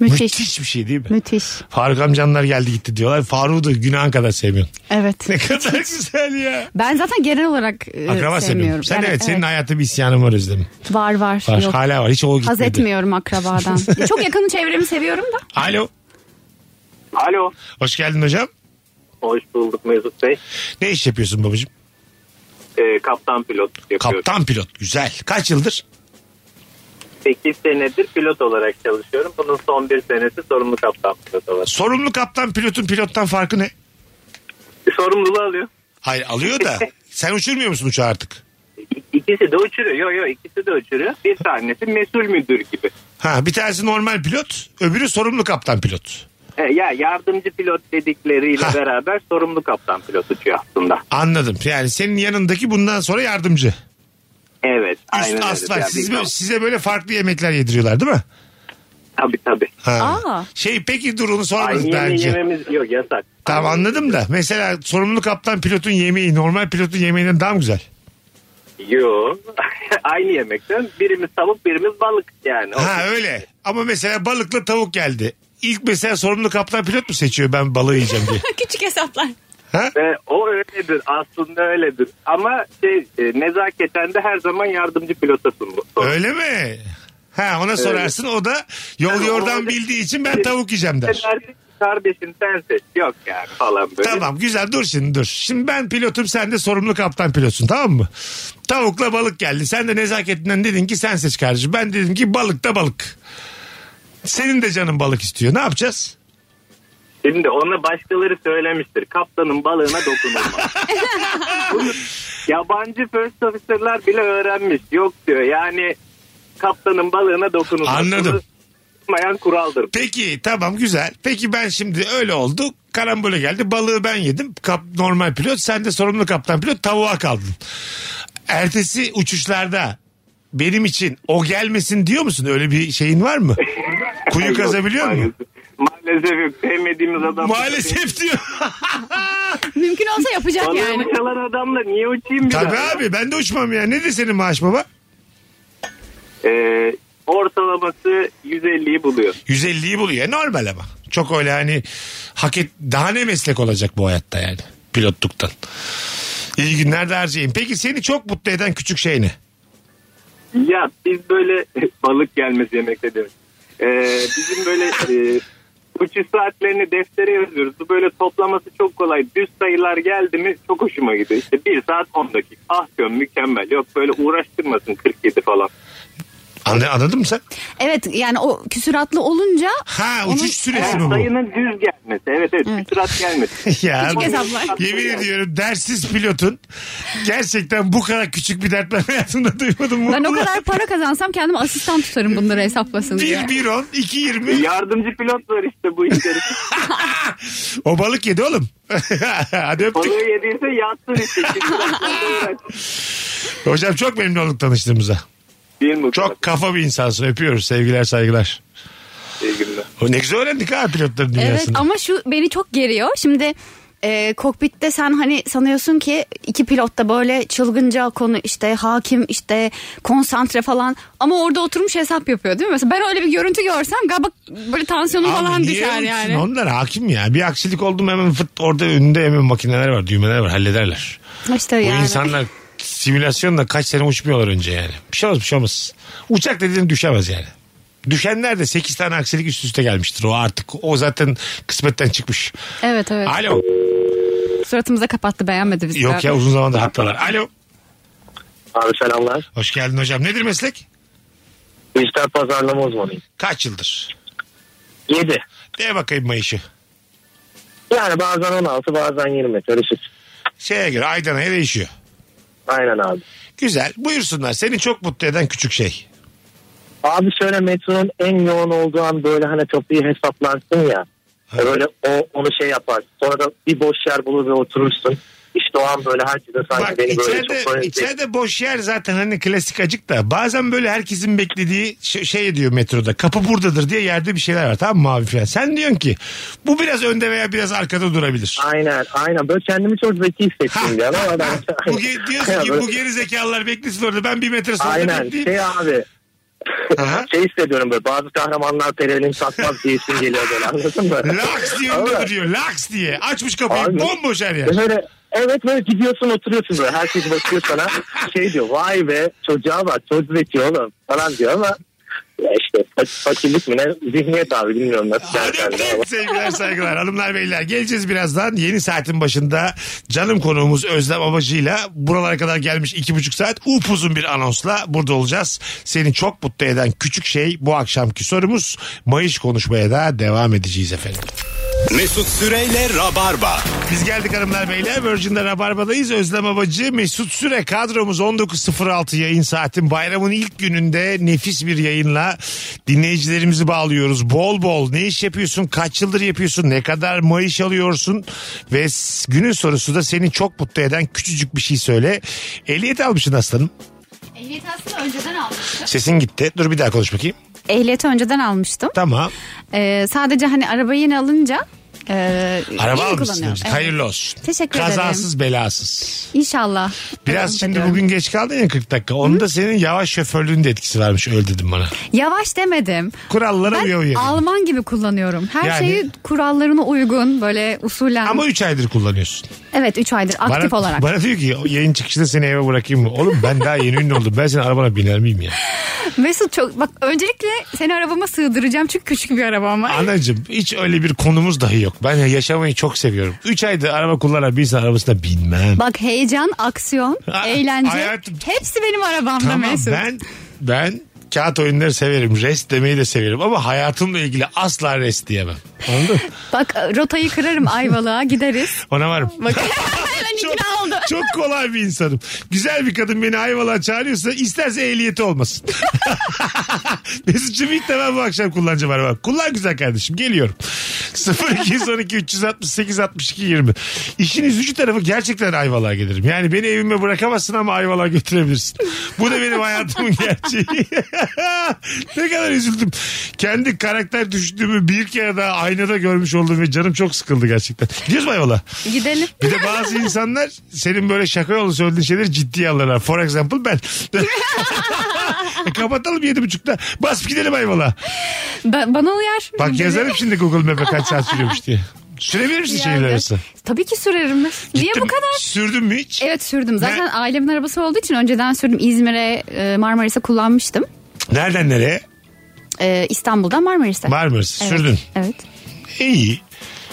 [SPEAKER 3] Müthiş. bir şey değil mi?
[SPEAKER 10] Müthiş.
[SPEAKER 3] Faruk amcanlar geldi gitti diyorlar. Faruk'u da günahın kadar sevmiyorum.
[SPEAKER 10] Evet.
[SPEAKER 3] Ne kadar güzel ya.
[SPEAKER 10] Ben zaten genel olarak e,
[SPEAKER 3] Akraba
[SPEAKER 10] sevmiyorum.
[SPEAKER 3] sevmiyorum. Sen
[SPEAKER 10] Yani,
[SPEAKER 3] evet, senin hayatı bir isyanın var Özlem.
[SPEAKER 10] Var var.
[SPEAKER 3] Var,
[SPEAKER 10] Yok.
[SPEAKER 3] hala var. Hiç o
[SPEAKER 10] Haz
[SPEAKER 3] gitmedi.
[SPEAKER 10] etmiyorum akrabadan. Ya Çok yakın çevremi seviyorum da.
[SPEAKER 3] Alo.
[SPEAKER 13] Alo.
[SPEAKER 3] Hoş geldin hocam.
[SPEAKER 13] Hoş bulduk Mesut Bey.
[SPEAKER 3] Ne iş yapıyorsun babacığım?
[SPEAKER 13] Ee, kaptan pilot yapıyorum.
[SPEAKER 3] Kaptan pilot. Güzel. Kaç yıldır?
[SPEAKER 13] 8 senedir pilot olarak çalışıyorum. Bunun son bir senesi sorumlu kaptan pilot olarak.
[SPEAKER 3] Sorumlu kaptan pilotun pilottan farkı ne?
[SPEAKER 13] E, Sorumluluğu alıyor.
[SPEAKER 3] Hayır alıyor da sen uçurmuyor musun uçağı artık?
[SPEAKER 13] İkisi de uçuruyor. Yok yok ikisi de uçuruyor. Bir tanesi mesul müdür gibi.
[SPEAKER 3] Ha bir tanesi normal pilot, öbürü sorumlu kaptan pilot.
[SPEAKER 13] Ee, ya yardımcı pilot dedikleriyle beraber sorumlu kaptan şey pilot uçuyor aslında.
[SPEAKER 3] Anladım. Yani senin yanındaki bundan sonra yardımcı.
[SPEAKER 13] Evet. aynen
[SPEAKER 3] Üst
[SPEAKER 13] öyle.
[SPEAKER 3] aslan.
[SPEAKER 13] Ya
[SPEAKER 3] Siz
[SPEAKER 13] bir-
[SPEAKER 3] böyle- size böyle farklı yemekler yediriyorlar değil mi?
[SPEAKER 13] Tabii tabii.
[SPEAKER 3] Ha. Şey peki dur onu sormadık
[SPEAKER 13] Aynı
[SPEAKER 3] daha
[SPEAKER 13] yemeği
[SPEAKER 3] önce.
[SPEAKER 13] yememiz yok yasak.
[SPEAKER 3] Tamam anladım da mesela sorumlu kaptan pilotun yemeği normal pilotun yemeğinden daha mı güzel?
[SPEAKER 13] Yok. Aynı yemekten birimiz tavuk birimiz balık yani.
[SPEAKER 3] Ha öyle. Ama mesela balıkla tavuk geldi. İlk mesela sorumlu kaptan pilot mu seçiyor ben balığı yiyeceğim diye?
[SPEAKER 10] Küçük hesaplar.
[SPEAKER 13] Ve o öyledir aslında öyledir. Ama şey e, nezaketen de her zaman yardımcı pilotasın bu.
[SPEAKER 3] Öyle mi? Ha ona
[SPEAKER 13] Evet.
[SPEAKER 3] sorarsın o da yol
[SPEAKER 13] Yani
[SPEAKER 3] yordan
[SPEAKER 13] o-
[SPEAKER 3] bildiği için ben tavuk yiyeceğim der.
[SPEAKER 13] Kardeşim sen seç. Yok yani falan böyle.
[SPEAKER 3] Tamam güzel dur şimdi dur. Şimdi ben pilotum sen de sorumlu kaptan pilotsun tamam mı? Tavukla balık geldi. Sen de nezaketinden dedin ki sen seç kardeşim. Ben dedim ki balık da balık. Senin de canın balık istiyor. Ne yapacağız?
[SPEAKER 13] Şimdi ona başkaları söylemiştir. Kaptanın balığına dokunulmaz. Bunu yabancı first officer'lar bile öğrenmiş. Yok diyor yani kaptanın balığına dokunulmaz.
[SPEAKER 3] Anladım.
[SPEAKER 13] Mayan kuraldır.
[SPEAKER 3] Peki tamam güzel. Peki ben şimdi öyle oldu. Karambole geldi. Balığı ben yedim. Kap, normal pilot. Sen de sorumlu kaptan pilot. Tavuğa kaldın. Ertesi uçuşlarda benim için o gelmesin diyor musun? Öyle bir şeyin var mı? Kuyu
[SPEAKER 13] Yok,
[SPEAKER 3] kazabiliyor musun?
[SPEAKER 13] Maalesef yok. Sevmediğimiz adam.
[SPEAKER 3] Maalesef diyor.
[SPEAKER 10] Mümkün olsa yapacak
[SPEAKER 13] Balığı
[SPEAKER 10] yani.
[SPEAKER 13] çalan adamla niye uçayım bir
[SPEAKER 3] Tabii
[SPEAKER 13] daha?
[SPEAKER 3] abi ben de uçmam ya. Nedir senin maaş baba?
[SPEAKER 13] Ee, ortalaması 150'yi buluyor.
[SPEAKER 3] 150'yi buluyor. E, Normal ama. Çok öyle hani hak et, daha ne meslek olacak bu hayatta yani pilotluktan. İyi günler de harcayın. Peki seni çok mutlu eden küçük şey ne?
[SPEAKER 13] Ya biz böyle balık gelmesi yemekte demek. Ee, bizim böyle e, uçuş saatlerini deftere yazıyoruz. Bu böyle toplaması çok kolay. Düz sayılar geldi mi çok hoşuma gidiyor. İşte 1 saat 10 dakika. Ah diyorum mükemmel. Yok böyle uğraştırmasın 47 falan.
[SPEAKER 3] Anladın, anladın mı sen?
[SPEAKER 10] Evet yani o küsüratlı olunca.
[SPEAKER 3] Ha
[SPEAKER 10] onun-
[SPEAKER 13] Evet, Sayının düz gelmesi. Evet evet, düz saat gelmesi.
[SPEAKER 3] ya
[SPEAKER 10] Küçük hesaplar.
[SPEAKER 3] yemin ediyorum dersiz pilotun gerçekten bu kadar küçük bir dert ben hayatımda duymadım.
[SPEAKER 10] Ben o kadar para kazansam kendime asistan tutarım bunları hesaplasın diye.
[SPEAKER 3] 1 1 10 2 20.
[SPEAKER 13] Yardımcı pilot var işte bu işleri.
[SPEAKER 3] O balık yedi oğlum. Hadi öptük.
[SPEAKER 13] Balığı yediyse yatsın işte.
[SPEAKER 3] Hocam çok memnun olduk tanıştığımıza. Çok kafa bir insansın. Öpüyoruz. Sevgiler saygılar.
[SPEAKER 13] Sevgiler.
[SPEAKER 3] Ne güzel öğrendik ha pilotların
[SPEAKER 10] Evet
[SPEAKER 3] dünyasını.
[SPEAKER 10] ama şu beni çok geriyor. Şimdi e, kokpitte sen hani sanıyorsun ki iki pilot da böyle çılgınca konu işte hakim işte konsantre falan ama orada oturmuş hesap yapıyor değil mi? Mesela ben öyle bir görüntü görsem galiba böyle tansiyonum
[SPEAKER 3] Abi
[SPEAKER 10] falan
[SPEAKER 3] niye
[SPEAKER 10] düşer
[SPEAKER 3] ölçsün?
[SPEAKER 10] yani.
[SPEAKER 3] Onlar hakim ya. Bir aksilik oldu mu hemen fıt orada önünde hemen makineler var, düğmeler var hallederler. Bu
[SPEAKER 10] İşte yani.
[SPEAKER 3] insanlar simülasyonla kaç sene uçmuyorlar önce yani. Bir şey olmaz bir şey olmaz. Uçak dediğin düşemez yani. Düşenler de 8 tane aksilik üst üste gelmiştir. O artık o zaten kısmetten çıkmış.
[SPEAKER 10] Evet evet.
[SPEAKER 3] Alo.
[SPEAKER 10] Suratımıza kapattı beğenmedi bizi.
[SPEAKER 3] Yok
[SPEAKER 10] galiba.
[SPEAKER 3] ya uzun zamandır hattalar. Alo.
[SPEAKER 9] Abi selamlar.
[SPEAKER 3] Hoş geldin hocam. Nedir meslek?
[SPEAKER 9] Dijital pazarlama uzmanıyım.
[SPEAKER 3] Kaç yıldır?
[SPEAKER 9] 7.
[SPEAKER 3] De bakayım mayışı.
[SPEAKER 9] Yani bazen 16 bazen şey. 20 karışık.
[SPEAKER 3] Şeye göre aydan aya değişiyor.
[SPEAKER 9] Aynen abi.
[SPEAKER 3] Güzel. Buyursunlar. Seni çok mutlu eden küçük şey.
[SPEAKER 9] Abi şöyle metronun en yoğun olduğu an böyle hani kapıyı hesaplarsın ya. Böyle o, onu şey yapar. Sonra da bir boş yer bulur ve oturursun. İşte o an böyle herkese sanki
[SPEAKER 3] Bak
[SPEAKER 9] beni böyle
[SPEAKER 3] içeride,
[SPEAKER 9] çok
[SPEAKER 3] içeride boş yer zaten hani klasik acık da bazen böyle herkesin beklediği ş- şey diyor metroda kapı buradadır diye yerde bir şeyler var tamam mı abi falan. Sen diyorsun ki bu biraz önde veya biraz arkada durabilir.
[SPEAKER 9] Aynen aynen böyle kendimi çok zeki hissettim yani ama ben...
[SPEAKER 3] Bu ge- diyorsun ki bu geri zekalılar beklesin orada ben bir metre sonra
[SPEAKER 9] Aynen
[SPEAKER 3] bekleyeyim.
[SPEAKER 9] şey abi. şey hissediyorum böyle bazı kahramanlar pelerin satmaz diyesin geliyor böyle anladın mı?
[SPEAKER 3] Laks diye önde duruyor laks diye açmış kapıyı
[SPEAKER 9] Abi.
[SPEAKER 3] bomboş her yer.
[SPEAKER 9] Böyle evet böyle gidiyorsun oturuyorsun böyle herkes bakıyor sana şey diyor vay be çocuğa bak çok zeki oğlum falan diyor ama ya işte fak- fakirlik mi ne zihniyet abi bilmiyorum nasıl dersen ama.
[SPEAKER 3] Sevgiler saygılar hanımlar beyler geleceğiz birazdan yeni saatin başında canım konuğumuz Özlem Abacı'yla buralara kadar gelmiş iki buçuk saat upuzun bir anonsla burada olacağız. Seni çok mutlu eden küçük şey bu akşamki sorumuz Mayış konuşmaya da devam edeceğiz efendim.
[SPEAKER 2] Mesut Süreyle Rabarba.
[SPEAKER 3] Biz geldik hanımlar beyler. Virgin'de Rabarba'dayız. Özlem Abacı, Mesut Süre kadromuz 19.06 yayın saatin. Bayramın ilk gününde nefis bir yayınla dinleyicilerimizi bağlıyoruz. Bol bol ne iş yapıyorsun, kaç yıldır yapıyorsun, ne kadar maaş alıyorsun ve s- günün sorusu da seni çok mutlu eden küçücük bir şey söyle. Ehliyet almışsın aslanım.
[SPEAKER 10] Ehliyet aslında önceden almıştım.
[SPEAKER 3] Sesin gitti. Dur bir daha konuş bakayım.
[SPEAKER 10] Ehliyeti önceden almıştım.
[SPEAKER 3] Tamam.
[SPEAKER 10] Ee, sadece hani arabayı yeni alınca e,
[SPEAKER 3] Araba
[SPEAKER 10] yeni
[SPEAKER 3] almışsın.
[SPEAKER 10] kullanıyorum.
[SPEAKER 3] demiş.
[SPEAKER 10] Evet.
[SPEAKER 3] Hayırlı olsun.
[SPEAKER 10] Teşekkür ederim.
[SPEAKER 3] Kazasız belasız.
[SPEAKER 10] İnşallah.
[SPEAKER 3] Biraz şimdi bugün geç kaldın ya 40 dakika. Onun da senin yavaş şoförlüğün de etkisi varmış öyle dedim bana.
[SPEAKER 10] Yavaş demedim.
[SPEAKER 3] Kurallara
[SPEAKER 10] ben
[SPEAKER 3] uya uya.
[SPEAKER 10] Alman gibi kullanıyorum. Her
[SPEAKER 3] Yani-
[SPEAKER 10] şeyi kurallarına uygun böyle usulen.
[SPEAKER 3] Ama 3 aydır kullanıyorsun.
[SPEAKER 10] Evet 3 aydır aktif
[SPEAKER 3] bana,
[SPEAKER 10] olarak.
[SPEAKER 3] Bana diyor ki yayın çıkışında seni eve bırakayım mı? Oğlum ben daha yeni ünlü oldum. Ben senin arabana biner miyim ya?
[SPEAKER 10] Mesut çok bak öncelikle seni arabama sığdıracağım çünkü küçük bir arabam var.
[SPEAKER 3] Anacığım hiç öyle bir konumuz dahi yok. Ben yaşamayı çok seviyorum. 3 aydır araba kullanan bir insan arabasına binmem.
[SPEAKER 10] Bak heyecan, aksiyon,
[SPEAKER 3] Ha,
[SPEAKER 10] eğlence
[SPEAKER 3] hayatım-
[SPEAKER 10] hepsi benim arabamda
[SPEAKER 3] tamam
[SPEAKER 10] Mesut.
[SPEAKER 3] ben ben kağıt oyunları severim. Rest demeyi de severim ama hayatımla ilgili asla rest diyemem. Anladın mı?
[SPEAKER 10] Bak rotayı kırarım Ayvalık'a gideriz.
[SPEAKER 3] Ona varım.
[SPEAKER 10] Hemen ikna oldu.
[SPEAKER 3] Çok kolay bir insanım. Güzel bir kadın beni Ayvalık'a çağırıyorsa isterse ehliyeti olmasın. Mesut'cum ilk defa bu akşam kullanacağım araba. Kullan güzel kardeşim geliyorum. 0212 368 62 20. İşin üzücü tarafı gerçekten Ayvalık'a gelirim. Yani beni evime bırakamazsın ama Ayvalık'a götürebilirsin. Bu da benim hayatımın gerçeği. ne kadar üzüldüm. Kendi karakter düştüğümü bir kere daha aynada görmüş oldum ve canım çok sıkıldı gerçekten. Gidiyoruz mu Ayvalık'a?
[SPEAKER 10] Gidelim.
[SPEAKER 3] Bir de bazı insanlar senin böyle şaka yolu söylediğin şeyleri ciddiye alırlar. For example ben. E, Kapatalım yedi buçukta. Bas gidelim Ayvalık'a.
[SPEAKER 10] Ba- bana uyar.
[SPEAKER 3] Bak yazarım şimdi Google Map'e kaç saat sürüyormuş diye. Sürebilir misin şehirler arası?
[SPEAKER 10] Tabii ki sürerim. Niye bu kadar?
[SPEAKER 3] Sürdün mü hiç?
[SPEAKER 10] Evet sürdüm. Zaten
[SPEAKER 3] Ne-
[SPEAKER 10] ailemin arabası olduğu için önceden sürdüm. İzmir'e, e, Marmaris'e kullanmıştım.
[SPEAKER 3] Nereden nereye?
[SPEAKER 10] E, İstanbul'dan Marmaris'e.
[SPEAKER 3] Marmaris,
[SPEAKER 10] Evet,
[SPEAKER 3] sürdün.
[SPEAKER 10] Evet.
[SPEAKER 3] İyi.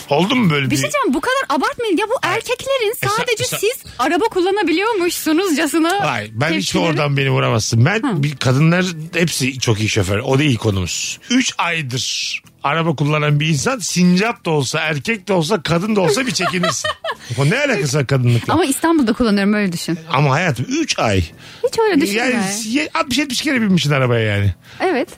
[SPEAKER 3] Oldu mu böyle
[SPEAKER 10] Bir şey diyeceğim bu kadar abartmayın. Ya bu erkeklerin
[SPEAKER 3] sa-
[SPEAKER 10] sadece
[SPEAKER 3] sa-
[SPEAKER 10] siz araba kullanabiliyormuşsunuzcasına.
[SPEAKER 3] Hayır ben hiç
[SPEAKER 10] tepkileri-
[SPEAKER 3] oradan beni vuramazsın. Ben bir kadınlar hepsi çok iyi şoför. O değil konumuz. 3 aydır araba kullanan bir insan sincap da olsa erkek de olsa kadın da olsa bir çekinirsin. o ne alakası var kadınlıkla? Ama,
[SPEAKER 10] Ama İstanbul'da kullanırım öyle düşün.
[SPEAKER 3] hayatım 3 ay.
[SPEAKER 10] Hiç öyle düşünme.
[SPEAKER 3] Yani 60-70 kere binmişsin arabaya yani.
[SPEAKER 10] Evet.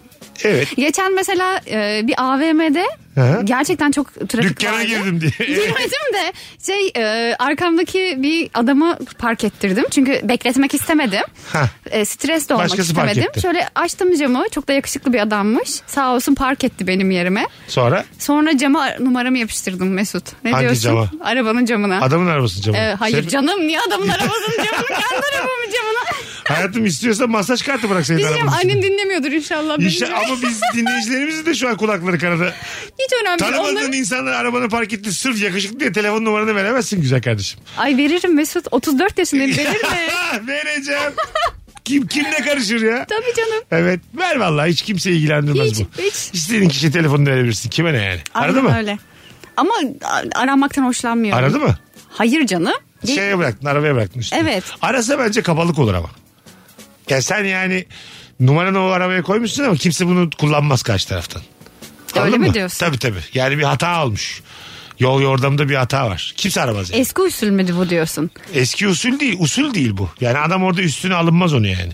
[SPEAKER 3] Evet.
[SPEAKER 10] Geçen mesela e, bir AVM'de
[SPEAKER 3] Hı.
[SPEAKER 10] gerçekten çok trafik
[SPEAKER 3] Dükkana
[SPEAKER 10] vardı.
[SPEAKER 3] girdim diye.
[SPEAKER 10] Girmedim de şey e, arkamdaki bir adamı park ettirdim. Çünkü bekletmek istemedim.
[SPEAKER 3] Hah.
[SPEAKER 10] E, stres de olmak
[SPEAKER 3] Başkası park
[SPEAKER 10] istemedim.
[SPEAKER 3] etti.
[SPEAKER 10] Şöyle açtım camı. Çok da yakışıklı bir adammış. Sağ olsun park etti benim yerime.
[SPEAKER 3] Sonra
[SPEAKER 10] Sonra cama numaramı yapıştırdım Mesut. Ne
[SPEAKER 3] Hangi
[SPEAKER 10] diyorsun?
[SPEAKER 3] cama?
[SPEAKER 10] Arabanın camına.
[SPEAKER 3] adamın arabasını camına.
[SPEAKER 10] E, hayır
[SPEAKER 3] Sen-
[SPEAKER 10] canım niye adamın arabasının camına? Kendi arabamın camına.
[SPEAKER 3] Hayatım istiyorsa masaj kartı bırak senin
[SPEAKER 10] Biz
[SPEAKER 3] arabanın.
[SPEAKER 10] annem dinlemiyordur inşallah. beni.
[SPEAKER 3] İşte, ama biz dinleyicilerimizin de şu an kulakları kanadı.
[SPEAKER 10] Hiç önemli değil.
[SPEAKER 3] Tanımadığın
[SPEAKER 10] Onların-
[SPEAKER 3] insanlar arabanı park etti sırf yakışıklı diye telefon numaranı veremezsin güzel kardeşim.
[SPEAKER 10] Ay veririm Mesut. 34 yaşındayım verir mi?
[SPEAKER 3] Vereceğim. Kim kimle karışır ya?
[SPEAKER 10] Tabii canım.
[SPEAKER 3] Evet ver vallahi hiç kimse ilgilendirmez
[SPEAKER 10] Hiç,
[SPEAKER 3] bu.
[SPEAKER 10] hiç.
[SPEAKER 3] İstediğin kişi telefonunu verebilirsin kime ne yani. Aradı
[SPEAKER 10] Aynen
[SPEAKER 3] mı?
[SPEAKER 10] Öyle. Ama a- aranmaktan hoşlanmıyorum.
[SPEAKER 3] Aradı mı? Şey
[SPEAKER 10] Hayır canım. Ge-
[SPEAKER 3] Şeye bıraktın arabaya bıraktın üstüne.
[SPEAKER 10] Evet.
[SPEAKER 3] Arasa bence kabalık olur ama. Ya sen yani numaranı o arabaya koymuşsun ama kimse bunu kullanmaz karşı taraftan.
[SPEAKER 10] Öyle
[SPEAKER 3] Anladın
[SPEAKER 10] mi
[SPEAKER 3] mı?
[SPEAKER 10] diyorsun?
[SPEAKER 3] Tabii tabii. Yani bir hata olmuş. Yol yordamda bir hata var. Kimse aramaz yani.
[SPEAKER 10] Eski usul müdü bu diyorsun?
[SPEAKER 3] Eski usul değil. Usul değil bu. Yani adam orada üstüne alınmaz onu yani.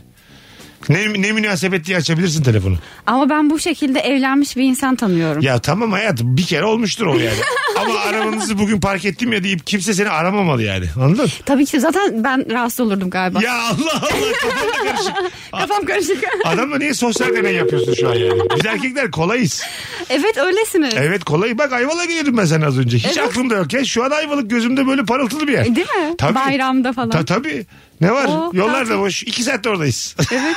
[SPEAKER 3] Ne, ne münasebet diye açabilirsin telefonu.
[SPEAKER 10] Ama ben bu şekilde evlenmiş bir insan tanıyorum.
[SPEAKER 3] Ya tamam hayat bir kere olmuştur o yani. Ama arabanızı bugün park ettim ya deyip kimse seni aramamalı yani. Anladın?
[SPEAKER 10] Tabii ki zaten ben rahatsız olurdum galiba.
[SPEAKER 3] Ya Allah Allah kafam da karışık.
[SPEAKER 10] Kafam karışık.
[SPEAKER 3] Adamla niye sosyal deney yapıyorsun şu an yani? Biz erkekler kolayız.
[SPEAKER 10] evet öylesiniz.
[SPEAKER 3] Evet kolay. Bak Ayvalık'a geliyordum ben sen az önce. Hiç
[SPEAKER 10] Evet.
[SPEAKER 3] aklımda yok ya. Şu an Ayvalık gözümde böyle parıltılı bir yer.
[SPEAKER 10] E, değil mi?
[SPEAKER 3] Tabii.
[SPEAKER 10] Bayramda falan.
[SPEAKER 3] Ta, tabii. Ne var?
[SPEAKER 10] Oo,
[SPEAKER 3] Yollar da
[SPEAKER 10] tatil.
[SPEAKER 3] boş. İki saatte oradayız. Evet.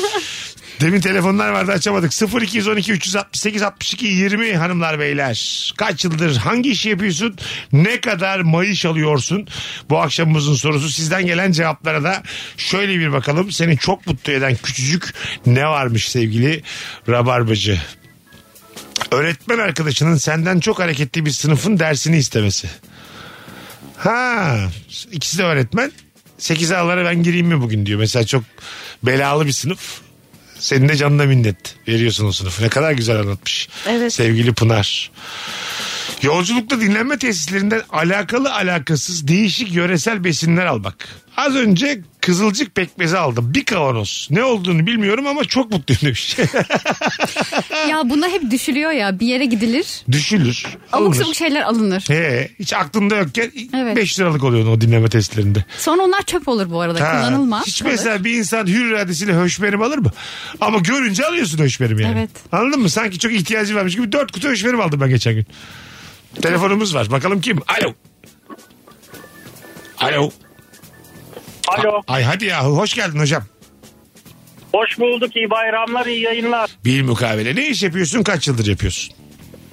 [SPEAKER 3] Demin telefonlar vardı açamadık. 0212 368 62 20 hanımlar beyler. Kaç yıldır hangi işi yapıyorsun? Ne kadar maaş alıyorsun? Bu akşamımızın sorusu sizden gelen cevaplara da şöyle bir bakalım. Seni çok mutlu eden küçücük ne varmış sevgili Rabarbacı? Öğretmen arkadaşının senden çok hareketli bir sınıfın dersini istemesi. Ha, ikisi de öğretmen. 8 A'lara ben gireyim mi bugün diyor. Mesela çok belalı bir sınıf. Senin de canına minnet veriyorsun o sınıfı. Ne kadar güzel anlatmış.
[SPEAKER 10] Evet.
[SPEAKER 3] Sevgili Pınar. Yolculukta dinlenme tesislerinden alakalı alakasız değişik yöresel besinler al bak. Az önce kızılcık pekmezi aldım. Bir kavanoz. Ne olduğunu bilmiyorum ama çok mutluyum demiş.
[SPEAKER 10] ya buna hep düşülüyor ya. Bir yere gidilir.
[SPEAKER 3] Düşülür.
[SPEAKER 10] Abuk
[SPEAKER 3] alınır.
[SPEAKER 10] sabuk şeyler alınır.
[SPEAKER 3] He, hiç aklımda yokken
[SPEAKER 10] Evet.
[SPEAKER 3] 5 liralık oluyordu o dinleme testlerinde.
[SPEAKER 10] Sonra onlar çöp olur bu arada.
[SPEAKER 3] Ha,
[SPEAKER 10] Kullanılmaz.
[SPEAKER 3] Hiç
[SPEAKER 10] kalır.
[SPEAKER 3] mesela bir insan hür iradesiyle höşmerim alır mı? Ama görünce alıyorsun höşmerim yani.
[SPEAKER 10] Evet.
[SPEAKER 3] Anladın mı? Sanki çok ihtiyacı varmış gibi 4 kutu höşmerim aldım ben geçen gün. Telefonumuz var. Bakalım kim? Alo. Alo.
[SPEAKER 12] Alo.
[SPEAKER 3] Ay hadi yahu hoş geldin hocam.
[SPEAKER 12] Hoş bulduk. iyi bayramlar, iyi yayınlar.
[SPEAKER 3] Bir mukavele. Ne iş yapıyorsun? Kaç yıldır yapıyorsun?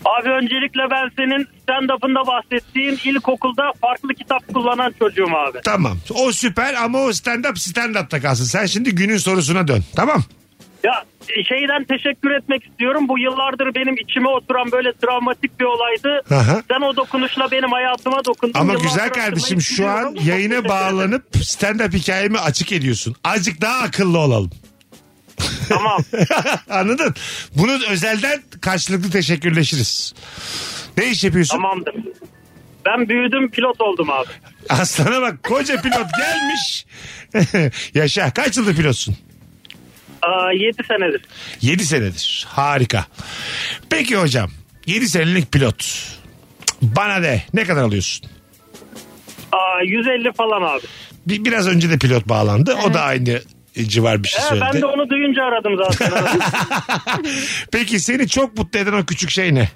[SPEAKER 12] Abi öncelikle ben senin stand-up'ında bahsettiğin ilkokulda farklı kitap kullanan çocuğum abi.
[SPEAKER 3] Tamam. O süper ama o stand-up stand-up'ta kalsın. Sen şimdi günün sorusuna dön. Tamam.
[SPEAKER 12] Ya şeyden teşekkür etmek istiyorum. Bu yıllardır benim içime oturan böyle travmatik bir olaydı.
[SPEAKER 3] Aha.
[SPEAKER 12] Sen o dokunuşla benim hayatıma dokundun.
[SPEAKER 3] Ama
[SPEAKER 12] Yıllardır şey
[SPEAKER 3] güzel
[SPEAKER 12] hatırlayıp
[SPEAKER 3] kardeşim şu an
[SPEAKER 12] biliyorum.
[SPEAKER 3] yayına bağlanıp stand-up hikayemi açık ediyorsun. Azıcık daha akıllı olalım. Tamam. Anladın? Bunu özelden karşılıklı teşekkürleşiriz. Ne iş yapıyorsun?
[SPEAKER 12] Tamamdır. Ben büyüdüm pilot oldum abi.
[SPEAKER 3] Aslana bak koca pilot gelmiş. Yaşa kaç yıldır pilotsun?
[SPEAKER 12] Aa, 7 senedir.
[SPEAKER 3] 7 senedir. Harika. Peki hocam 7 senelik pilot. Cık, Bana de ne kadar alıyorsun?
[SPEAKER 12] Aa, 150 falan abi.
[SPEAKER 3] Bir, biraz önce de pilot bağlandı. O da aynı e, civar bir şey
[SPEAKER 12] Ee,
[SPEAKER 3] söyledi.
[SPEAKER 12] ben de onu duyunca aradım zaten.
[SPEAKER 3] Peki seni çok mutlu eden o küçük şey ne?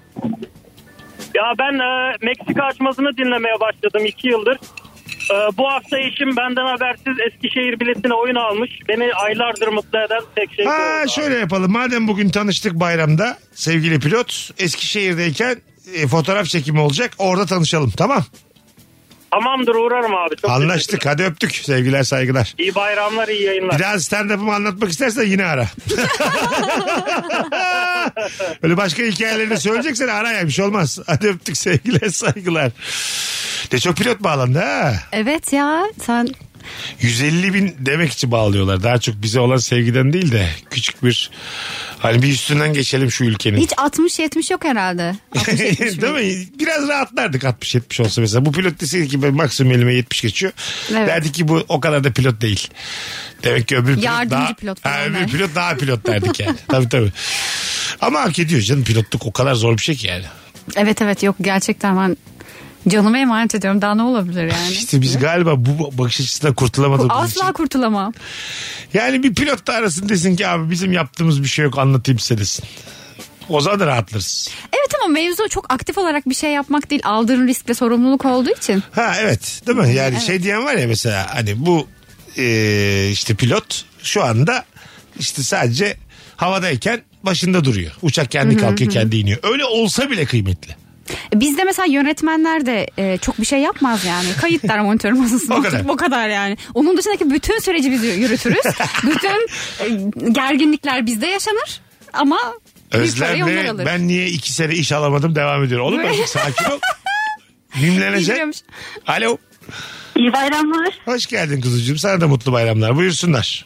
[SPEAKER 12] ya ben e, Meksika açmasını dinlemeye başladım 2 yıldır. E, bu hafta eşim benden habersiz Eskişehir biletine oyun almış. Beni aylardır mutlu eden tek şey bu.
[SPEAKER 3] Ha şöyle yapalım. Madem bugün tanıştık bayramda sevgili pilot Eskişehir'deyken e, fotoğraf çekimi olacak. Orada tanışalım tamam.
[SPEAKER 12] Tamamdır uğrarım abi. Çok
[SPEAKER 3] Anlaştık. Hadi öptük. Sevgiler saygılar.
[SPEAKER 12] İyi bayramlar, iyi yayınlar.
[SPEAKER 3] Bir daha stand-up'ımı anlatmak istersen yine ara. Öyle başka hikayelerini söyleyeceksen ara ya bir şey olmaz. Hadi öptük sevgiler saygılar. De çok pilot bağlandı ha.
[SPEAKER 10] Evet ya sen
[SPEAKER 3] 150 bin demek için bağlıyorlar. Daha çok bize olan sevgiden değil de küçük bir hani bir üstünden geçelim şu ülkenin.
[SPEAKER 10] hiç 60-70 yok herhalde.
[SPEAKER 3] Değil mi? Biraz rahatlardık 60-70 olsa mesela. Bu pilot deseydi ki ben maksimum elime 70 geçiyor.
[SPEAKER 10] Evet.
[SPEAKER 3] Derdi ki bu o kadar da pilot değil. Demek ki öbür pilot
[SPEAKER 10] Yardımcı
[SPEAKER 3] daha...
[SPEAKER 10] pilot
[SPEAKER 3] Ha,
[SPEAKER 10] falan
[SPEAKER 3] öbür
[SPEAKER 10] der.
[SPEAKER 3] pilot daha pilot derdik yani. tabii tabii. Ama hak ediyor canım pilotluk o kadar zor bir şey ki yani.
[SPEAKER 10] Evet evet yok gerçekten ben canımı emanet ediyorum daha ne olabilir yani.
[SPEAKER 3] İşte biz galiba bu bakış açısından kurtulamadığımız için.
[SPEAKER 10] Asla kurtulamam.
[SPEAKER 3] Yani bir pilot da arasın desin ki abi bizim yaptığımız bir şey yok anlatayım size desin. O zaman da rahatlarız.
[SPEAKER 10] Evet ama mevzu çok aktif olarak bir şey yapmak değil aldığın risk ve sorumluluk olduğu için.
[SPEAKER 3] Ha evet değil mi? Yani
[SPEAKER 10] Evet.
[SPEAKER 3] şey diyen var ya mesela hani bu e, işte pilot şu anda işte sadece havadayken başında duruyor. Uçak kendi
[SPEAKER 10] Hı hı
[SPEAKER 3] kalkıyor
[SPEAKER 10] hı.
[SPEAKER 3] kendi iniyor. Öyle olsa bile kıymetli.
[SPEAKER 10] Bizde mesela yönetmenler de e, çok bir şey yapmaz yani. Kayıtlar monitör masasına
[SPEAKER 3] O kadar.
[SPEAKER 10] oturup o kadar yani. Onun dışındaki bütün süreci biz yürütürüz. bütün e, gerginlikler bizde yaşanır ama büyük parayı
[SPEAKER 3] Özlem
[SPEAKER 10] onlar
[SPEAKER 3] ve
[SPEAKER 10] alır.
[SPEAKER 3] ben niye iki sene iş alamadım devam ediyor. Oğlum ben sakin ol. Mimlenecek.
[SPEAKER 10] Biliyormuş.
[SPEAKER 3] Alo.
[SPEAKER 14] İyi bayramlar.
[SPEAKER 3] Hoş geldin kuzucuğum. Sana da mutlu bayramlar. Buyursunlar.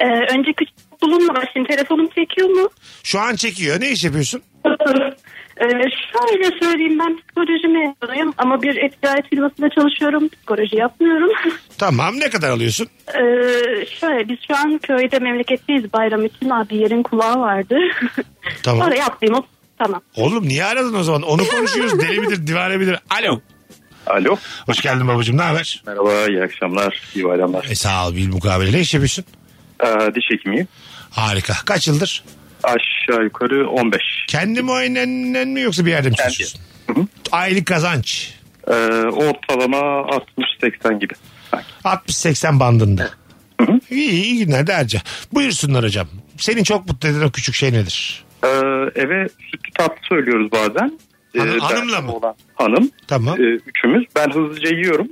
[SPEAKER 14] Ee, önce küçük bulunma var. Şimdi telefonum çekiyor mu?
[SPEAKER 3] Şu an çekiyor. Ne iş yapıyorsun?
[SPEAKER 14] Ee, şöyle söyleyeyim ben psikoloji mezunuyum ama bir e-ticaret firmasında çalışıyorum. Psikoloji yapmıyorum.
[SPEAKER 3] Tamam ne kadar alıyorsun?
[SPEAKER 14] Ee, şöyle biz şu an köyde memleketteyiz bayram için abi yerin kulağı vardı.
[SPEAKER 3] Tamam.
[SPEAKER 14] Sonra yaptığım o- tamam.
[SPEAKER 3] Oğlum niye aradın o zaman? Onu konuşuyoruz. Deli midir, divane midir? Alo.
[SPEAKER 2] Alo.
[SPEAKER 3] Hoş geldin babacığım. Ne haber?
[SPEAKER 2] Merhaba, iyi akşamlar, iyi bayramlar.
[SPEAKER 3] E, sağ ol. Bil mukabele. Ne iş yapıyorsun?
[SPEAKER 2] Ee, diş hekimiyim.
[SPEAKER 3] Harika. Kaç yıldır?
[SPEAKER 2] Aşağı yukarı 15.
[SPEAKER 3] Kendi muayenenden mi yoksa bir yerde mi çalışıyorsun? Aylık kazanç.
[SPEAKER 2] Ee, ortalama 60-80 gibi.
[SPEAKER 3] 60-80 bandında. İyi, iyi günler de harca. Buyursunlar hocam. Senin çok mutlu eden o küçük şey nedir?
[SPEAKER 2] Ee, eve sütlü tatlı söylüyoruz bazen. Ee,
[SPEAKER 3] Hanım-
[SPEAKER 2] ben-
[SPEAKER 3] hanımla mı?
[SPEAKER 2] hanım.
[SPEAKER 3] Tamam.
[SPEAKER 2] Ee, üçümüz. Ben hızlıca yiyorum.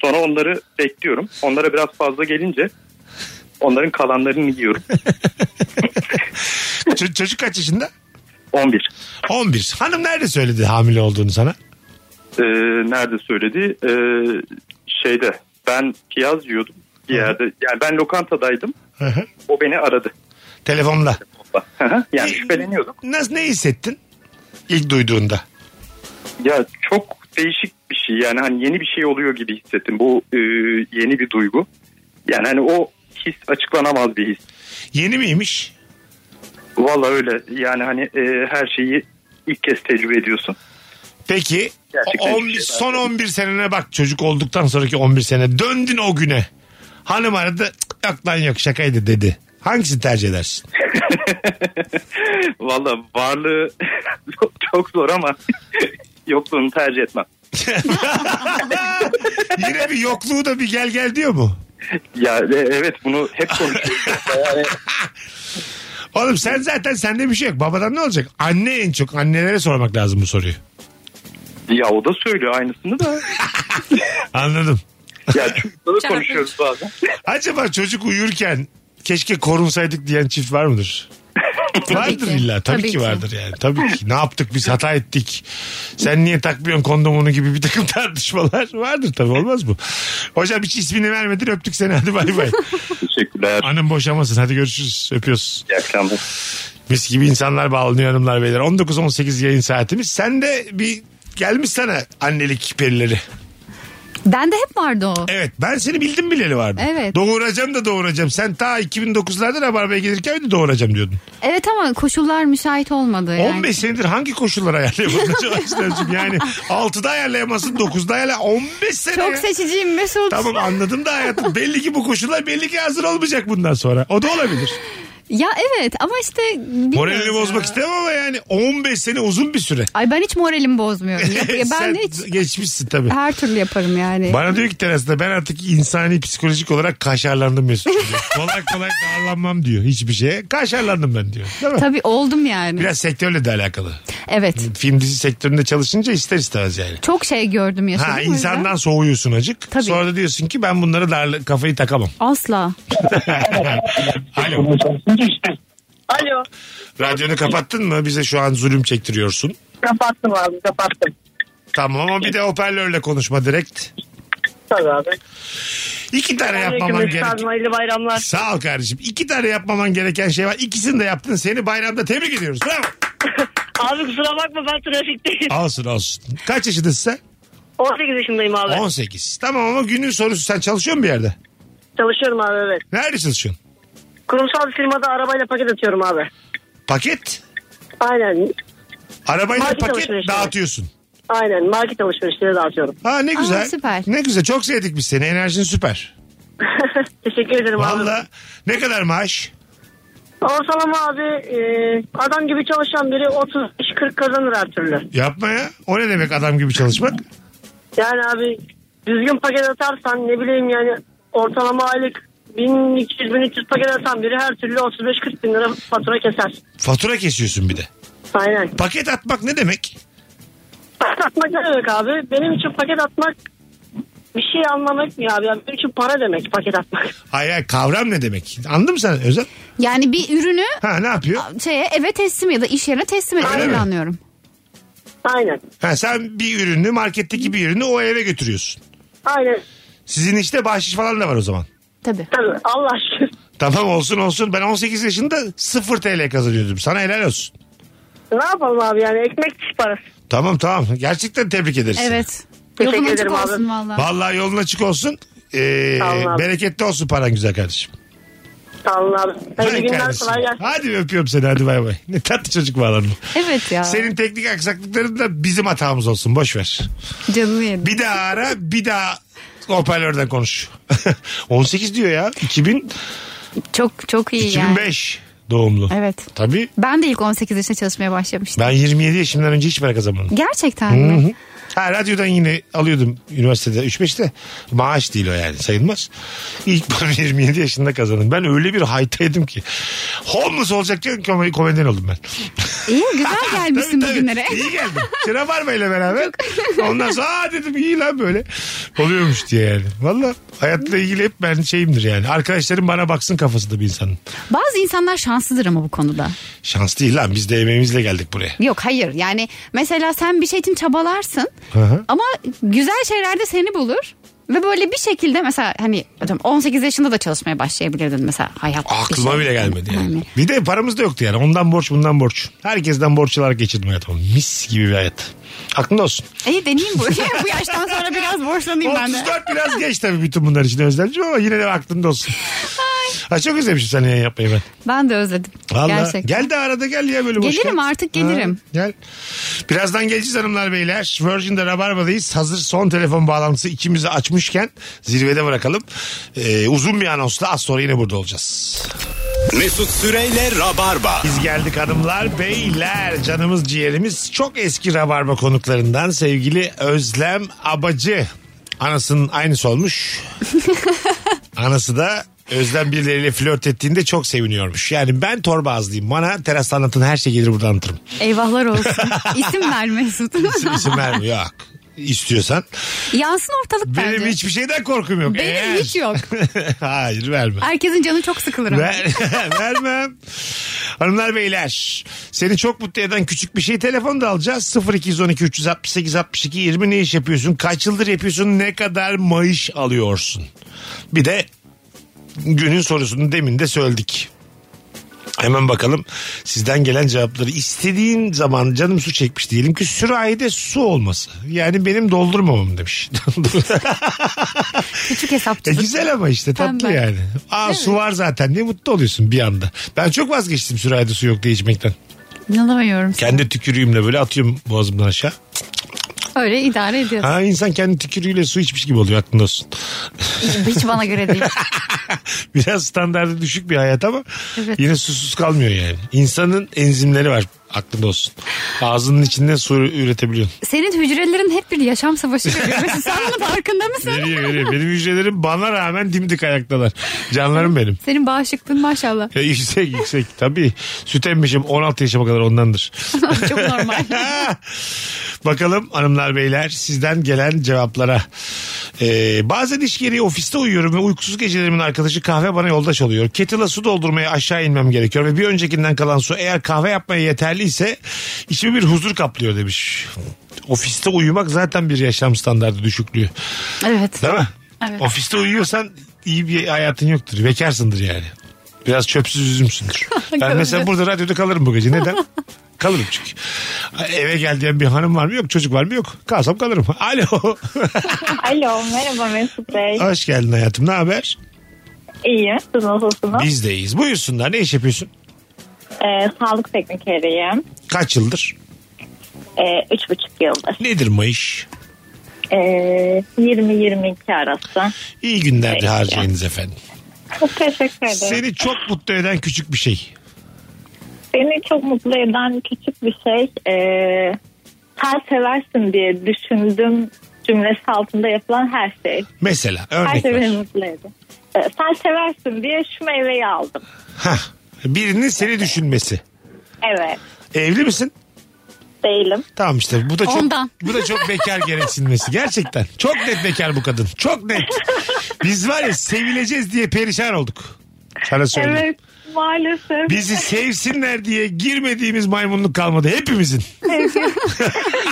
[SPEAKER 2] Sonra onları bekliyorum. Onlara biraz fazla gelince onların kalanlarını yiyorum.
[SPEAKER 3] Ç- çocuk kaç yaşında?
[SPEAKER 2] 11.
[SPEAKER 3] 11. Hanım nerede söyledi hamile olduğunu sana?
[SPEAKER 2] Ee, nerede söyledi? Ee, şeyde. Ben piyaz yiyordum. Bir yerde. Yani ben lokantadaydım.
[SPEAKER 3] Hı hı.
[SPEAKER 2] O beni aradı.
[SPEAKER 3] Telefonla.
[SPEAKER 2] yani şüpheleniyordum.
[SPEAKER 3] Nasıl ne hissettin? İlk duyduğunda.
[SPEAKER 2] Ya çok değişik bir şey yani hani yeni bir şey oluyor gibi hissettim. Bu e, yeni bir duygu. Yani hani o his açıklanamaz bir his.
[SPEAKER 3] Yeni miymiş?
[SPEAKER 2] Valla öyle yani hani e, her şeyi ilk kez tecrübe ediyorsun.
[SPEAKER 3] Peki
[SPEAKER 2] Gerçekten
[SPEAKER 3] o
[SPEAKER 2] hiçbir
[SPEAKER 3] 11,
[SPEAKER 2] şey
[SPEAKER 3] son 11 senene bak çocuk olduktan sonraki 11 sene döndün o güne. Hanım aradı "Cık, yok lan yok şakaydı dedi. Hangisini tercih edersin?
[SPEAKER 2] Valla varlığı çok zor ama yokluğunu tercih etmem.
[SPEAKER 3] Yine bir yokluğu da bir gel gel diyor mu?
[SPEAKER 2] Ya e, evet bunu hep konuşuyoruz. Yani
[SPEAKER 3] Oğlum sen zaten sende bir şey yok. Babadan ne olacak? Anne en çok. Annelere sormak lazım bu soruyu.
[SPEAKER 2] ya o da söylüyor aynısını da.
[SPEAKER 3] Anladım.
[SPEAKER 2] Ya çocukla da konuşuyoruz bazen.
[SPEAKER 3] Acaba çocuk uyurken keşke korunsaydık diyen çift var mıdır? vardır illa. Tabii, ki, vardır yani. Tabii ki. Ne yaptık biz hata ettik. Sen niye takmıyorsun kondomunu gibi bir takım tartışmalar vardır tabii olmaz mı? Hocam hiç ismini vermedin öptük seni hadi bay bay.
[SPEAKER 4] Teşekkürler.
[SPEAKER 3] Hanım boşamasın hadi görüşürüz öpüyoruz.
[SPEAKER 4] İyi akşamlar.
[SPEAKER 3] Mis gibi insanlar bağlanıyor hanımlar beyler. 19-18 yayın saatimiz. Sen de bir gelmiş sana annelik perileri.
[SPEAKER 10] Bende hep vardı o.
[SPEAKER 3] Evet ben seni bildim bileli vardı.
[SPEAKER 10] Evet.
[SPEAKER 3] Doğuracağım da doğuracağım. Sen ta 2009'larda Rabarba'ya gelirken de doğuracağım diyordun.
[SPEAKER 10] Evet ama koşullar müsait olmadı yani.
[SPEAKER 3] 15 senedir hangi koşullar ayarlayamadın acaba Özlemciğim? Yani 6'da ayarlayamazsın 9'da ayarla 15 sene.
[SPEAKER 10] Çok
[SPEAKER 3] ya.
[SPEAKER 10] seçiciyim Mesut.
[SPEAKER 3] Tamam anladım da hayatım. belli ki bu koşullar belli ki hazır olmayacak bundan sonra. O da olabilir.
[SPEAKER 10] Ya evet ama işte bilmiyorum
[SPEAKER 3] Moralini
[SPEAKER 10] ya.
[SPEAKER 3] bozmak istemem ama yani 15 sene uzun bir süre.
[SPEAKER 10] Ay ben hiç moralimi bozmuyorum. Ya- ya ben
[SPEAKER 3] Sen
[SPEAKER 10] hiç
[SPEAKER 3] geçmişsin tabii.
[SPEAKER 10] her türlü yaparım yani.
[SPEAKER 3] Bana diyor ki terasta ben artık insani psikolojik olarak kaşarlandım Mesut. diyor. kolay kolay darlanmam diyor hiçbir şeye. Kaşarlandım ben diyor. Değil mi?
[SPEAKER 10] Tabii oldum yani.
[SPEAKER 3] Biraz sektörle de alakalı.
[SPEAKER 10] Evet.
[SPEAKER 3] Film dizi sektöründe çalışınca ister istemez yani.
[SPEAKER 10] Çok şey gördüm yaşadım.
[SPEAKER 3] Ha
[SPEAKER 10] o yüzden.
[SPEAKER 3] insandan soğuyorsun acık. Sonra da diyorsun ki ben bunlara darla, kafayı takamam.
[SPEAKER 10] Asla.
[SPEAKER 3] Alo.
[SPEAKER 15] Alo.
[SPEAKER 3] Radyonu kapattın mı? Bize şu an zulüm çektiriyorsun.
[SPEAKER 15] Kapattım abi kapattım.
[SPEAKER 3] Tamam ama bir de hoparlörle konuşma direkt.
[SPEAKER 15] Tabii abi.
[SPEAKER 3] İki tane yapmaman
[SPEAKER 15] Aleyküm
[SPEAKER 3] gerek.
[SPEAKER 15] selam, hayırlı bayramlar.
[SPEAKER 3] Sağ ol kardeşim. İki tane yapmaman gereken şey var. İkisini de yaptın. Seni bayramda tebrik ediyoruz. Bravo.
[SPEAKER 15] Abi kusura bakma ben trafikteyim.
[SPEAKER 3] Olsun olsun. Kaç yaşındasın sen?
[SPEAKER 15] 18 yaşındayım abi.
[SPEAKER 3] 18. Tamam ama günün sorusu sen çalışıyor musun bir yerde?
[SPEAKER 15] Çalışıyorum abi evet.
[SPEAKER 3] Nerede çalışıyorsun?
[SPEAKER 15] Kurumsal bir firmada arabayla paket atıyorum abi.
[SPEAKER 3] Paket.
[SPEAKER 15] Aynen.
[SPEAKER 3] Arabayla
[SPEAKER 15] Market
[SPEAKER 3] paket
[SPEAKER 15] alışverişleri.
[SPEAKER 3] dağıtıyorsun.
[SPEAKER 15] Aynen market alışverişleri dağıtıyorum.
[SPEAKER 3] Ha ne güzel.
[SPEAKER 10] süper.
[SPEAKER 3] Ne güzel. Çok sevdik biz seni. Enerjin süper.
[SPEAKER 15] Teşekkür ederim abi.
[SPEAKER 3] Valla ne kadar maaş?
[SPEAKER 15] Ortalama abi e, adam gibi çalışan biri 30-40 kazanır her türlü.
[SPEAKER 3] Yapma ya. O ne demek adam gibi çalışmak?
[SPEAKER 15] Yani abi düzgün paket atarsan ne bileyim yani ortalama aylık 1200-1300 paket atan biri her türlü 35-40 bin lira fatura keser.
[SPEAKER 3] Fatura kesiyorsun bir de.
[SPEAKER 15] Aynen.
[SPEAKER 3] Paket atmak ne demek?
[SPEAKER 15] Paket atmak ne demek abi? Benim için paket atmak bir şey anlamak mı abi? Yani benim için para demek paket atmak.
[SPEAKER 3] Hayır, hayır kavram ne demek? Anladın mı sen Özel?
[SPEAKER 10] Yani bir ürünü
[SPEAKER 3] Ha ne yapıyor?
[SPEAKER 10] şeye eve teslim ya da iş yerine teslim
[SPEAKER 3] Öyle
[SPEAKER 10] ediyorum
[SPEAKER 3] mi?
[SPEAKER 10] anlıyorum.
[SPEAKER 15] Aynen.
[SPEAKER 3] Ha, sen bir ürünü marketteki bir ürünü o eve götürüyorsun.
[SPEAKER 15] Aynen.
[SPEAKER 3] Sizin işte bahşiş falan da var o zaman.
[SPEAKER 10] Tabii.
[SPEAKER 15] Tabii Allah aşkına.
[SPEAKER 3] Tamam olsun olsun. Ben 18 yaşında 0 TL kazanıyordum. Sana helal olsun.
[SPEAKER 15] Ne yapalım abi yani ekmek parası.
[SPEAKER 3] Tamam tamam. Gerçekten tebrik ederiz. seni.
[SPEAKER 10] Evet.
[SPEAKER 15] Teşekkür
[SPEAKER 10] Yolun açık
[SPEAKER 15] ederim abi.
[SPEAKER 10] olsun valla.
[SPEAKER 3] Vallahi yolun açık olsun. Ee,
[SPEAKER 15] Sağ olun abi.
[SPEAKER 3] bereketli olsun paran güzel kardeşim.
[SPEAKER 15] Sağ olun abi. Hayırlı
[SPEAKER 3] Hay
[SPEAKER 15] günler
[SPEAKER 3] kardeşim.
[SPEAKER 15] kolay gelsin.
[SPEAKER 3] Hadi öpüyorum seni hadi bay bay. Ne tatlı çocuk bağlandı.
[SPEAKER 10] Evet ya.
[SPEAKER 3] Senin teknik aksaklıkların da bizim hatamız olsun. Boş ver.
[SPEAKER 10] Canını yedim.
[SPEAKER 3] Bir daha ara bir daha hoparlörden konuş. 18 diyor ya. 2000,
[SPEAKER 10] Çok çok iyi yani.
[SPEAKER 3] 2005 doğumlu.
[SPEAKER 10] Evet.
[SPEAKER 3] Tabii.
[SPEAKER 10] Ben de ilk 18 yaşında çalışmaya başlamıştım.
[SPEAKER 3] Ben 27 yaşımdan önce hiç para kazanmadım.
[SPEAKER 10] Gerçekten
[SPEAKER 3] Hı
[SPEAKER 10] mi?
[SPEAKER 3] hı. Ha, radyodan yine alıyordum üniversitede 3-5'te. Maaş değil o yani sayılmaz. İlk paramı 27 yaşında kazandım. Ben öyle bir haytaydım ki. Homeless olacakken kom- komedyen oldum ben.
[SPEAKER 10] İyi güzel gelmişsin
[SPEAKER 3] Tabii,
[SPEAKER 10] bugünlere.
[SPEAKER 3] İyi geldim. Çıra Barba ile beraber. Ondan sonra aa dedim iyi lan böyle. Oluyormuş diye yani. Valla hayatla ilgili hep ben şeyimdir yani. Arkadaşlarım bana baksın kafasında bir insanın.
[SPEAKER 10] Bazı insanlar şanslıdır ama bu konuda.
[SPEAKER 3] Şans değil lan biz de emeğimizle geldik buraya.
[SPEAKER 10] Yok hayır yani mesela sen bir şey için çabalarsın
[SPEAKER 3] Hı hı.
[SPEAKER 10] ama güzel şeyler de seni bulur. Ve böyle bir şekilde mesela hani atıyorum 18 yaşında da çalışmaya başlayabilirdin mesela hayat. bir
[SPEAKER 3] Aklıma
[SPEAKER 10] şey.
[SPEAKER 3] bile gelmedi yani. Bir de paramız da yoktu yani. Ondan borç bundan borç. Herkesten borç alarak geçirdim hayatımı. Mis gibi bir hayat. Aklında olsun.
[SPEAKER 10] İyi deneyeyim bu. bu yaştan sonra biraz borçlanayım ben de.
[SPEAKER 3] 34 biraz geç tabii bütün bunlar için Özlemciğim ama yine de aklında olsun. Ay çok özlemişim seni yayın yapmayı ben.
[SPEAKER 10] Ben de özledim.
[SPEAKER 3] Vallahi
[SPEAKER 10] Gerçekten.
[SPEAKER 3] gel de arada gel ya böyle boş
[SPEAKER 10] Gelirim
[SPEAKER 3] kal.
[SPEAKER 10] artık, gelirim.
[SPEAKER 3] Ha, gel. Birazdan geleceğiz hanımlar beyler. Virgin'de Rabarba'dayız. Hazır son telefon bağlantısı ikimizi açmışken zirvede bırakalım. Ee, uzun bir anonsla az sonra yine burada olacağız.
[SPEAKER 2] Mesut Süreyle Rabarba.
[SPEAKER 3] Biz geldik hanımlar beyler canımız ciğerimiz çok eski rabarba konuklarından sevgili Özlem Abacı. Anasının aynısı olmuş. Anası da Özlem birileriyle flört ettiğinde çok seviniyormuş. Yani ben torba ağızlıyım. Bana terasta anlatın her şey gelir burada anlatırım.
[SPEAKER 10] Eyvahlar olsun. İsim ver Mesut.
[SPEAKER 3] İsim, isim vermiyor. Yok. İstiyorsan.
[SPEAKER 10] Yansın ortalık
[SPEAKER 3] Benim
[SPEAKER 10] bence.
[SPEAKER 3] hiçbir şeyden korkum yok.
[SPEAKER 10] Benim
[SPEAKER 3] Eğer-
[SPEAKER 10] hiç yok.
[SPEAKER 3] Hayır verme.
[SPEAKER 10] Herkesin canı çok sıkılır. ama.
[SPEAKER 3] Ver, vermem. Hanımlar beyler seni çok mutlu eden küçük bir şey telefonda alacağız. 0212 368 62 20 ne iş yapıyorsun? Kaç yıldır yapıyorsun? Ne kadar maaş alıyorsun? Bir de günün sorusunu demin de söyledik. Hemen bakalım sizden gelen cevapları. İstediğin zaman canım su çekmiş diyelim ki sürahide su olması. Yani benim doldurmamam demiş.
[SPEAKER 10] Küçük hesapçı.
[SPEAKER 3] E güzel ama işte tatlı
[SPEAKER 10] Tembel.
[SPEAKER 3] yani. Aa su var zaten diye mutlu oluyorsun bir anda. Ben çok vazgeçtim sürahide su yok diye içmekten.
[SPEAKER 10] İnanamıyorum.
[SPEAKER 3] Kendi tükürüğümle böyle atıyorum boğazımdan aşağı.
[SPEAKER 10] Öyle idare ediyorsun.
[SPEAKER 3] Ha insan kendi tükürüğüyle su içmiş gibi oluyor aklında olsun.
[SPEAKER 10] Hiç bana göre değil.
[SPEAKER 3] Biraz standartı düşük bir hayat ama
[SPEAKER 10] Evet.
[SPEAKER 3] yine susuz kalmıyor yani. İnsanın enzimleri var aklında olsun. Ağzının içinden su üretebiliyorsun.
[SPEAKER 10] Senin hücrelerin hep bir yaşam savaşı görüyor. Sen bunun farkında mısın?
[SPEAKER 3] Veriyor veriyor. Benim hücrelerim bana rağmen dimdik ayaktalar. Canlarım benim.
[SPEAKER 10] Senin bağışıklığın maşallah.
[SPEAKER 3] Ya yüksek yüksek tabii. Süt emmişim 16 yaşıma kadar ondandır.
[SPEAKER 10] Çok normal.
[SPEAKER 3] Bakalım hanımlar beyler sizden gelen cevaplara. Ee, bazen iş gereği ofiste uyuyorum ve uykusuz gecelerimin arkadaşı kahve bana yoldaş oluyor. Kettle'a su doldurmaya aşağı inmem gerekiyor ve bir öncekinden kalan su eğer kahve yapmaya yeterliyse içimi bir huzur kaplıyor demiş. Ofiste uyumak zaten bir yaşam standartı düşüklüğü.
[SPEAKER 10] Evet.
[SPEAKER 3] Değil mi?
[SPEAKER 10] Evet.
[SPEAKER 3] Ofiste uyuyorsan iyi bir hayatın yoktur. Bekarsındır yani. Biraz çöpsüz üzümsündür. ben mesela
[SPEAKER 10] Göreceğiz.
[SPEAKER 3] burada radyoda kalırım bu gece. Neden? kalırım çünkü. Eve gel diyen bir hanım var mı? Yok. Çocuk var mı? Yok. Kalsam kalırım. Alo.
[SPEAKER 5] Alo merhaba Mesut Bey.
[SPEAKER 3] Hoş geldin hayatım. Ne haber?
[SPEAKER 5] İyiyim siz nasılsınız?
[SPEAKER 3] Biz deyiz. Buyursunlar. Ne iş yapıyorsun?
[SPEAKER 5] Ee, sağlık teknikeriyim.
[SPEAKER 3] Kaç yıldır?
[SPEAKER 5] Ee, üç buçuk yıldır.
[SPEAKER 3] Nedir Mayış?
[SPEAKER 5] Ee, 20-22 arası.
[SPEAKER 3] İyi günler de
[SPEAKER 5] Peki.
[SPEAKER 3] harcayınız efendim.
[SPEAKER 5] Çok teşekkür ederim.
[SPEAKER 3] Seni çok mutlu eden küçük bir şey.
[SPEAKER 5] Beni çok mutlu eden küçük bir şey. Ee, sen seversin diye düşündüm cümlesi altında yapılan her şey.
[SPEAKER 3] Mesela
[SPEAKER 5] her
[SPEAKER 3] örnek
[SPEAKER 5] şey
[SPEAKER 3] ver.
[SPEAKER 5] beni mutlu ediyor. Ee, sen seversin diye şu meyveyi aldım.
[SPEAKER 3] Hah. Birinin seni düşünmesi.
[SPEAKER 5] Evet.
[SPEAKER 3] Evli misin?
[SPEAKER 5] Değilim.
[SPEAKER 3] Tamam işte bu da çok
[SPEAKER 5] Ondan.
[SPEAKER 3] bu da çok bekar gereksinmesi. Gerçekten. Çok net bekar bu kadın. Çok net. Biz var ya sevileceğiz diye perişan olduk. Sana söyleyeyim.
[SPEAKER 5] Evet maalesef.
[SPEAKER 3] Bizi sevsinler diye girmediğimiz maymunluk kalmadı hepimizin.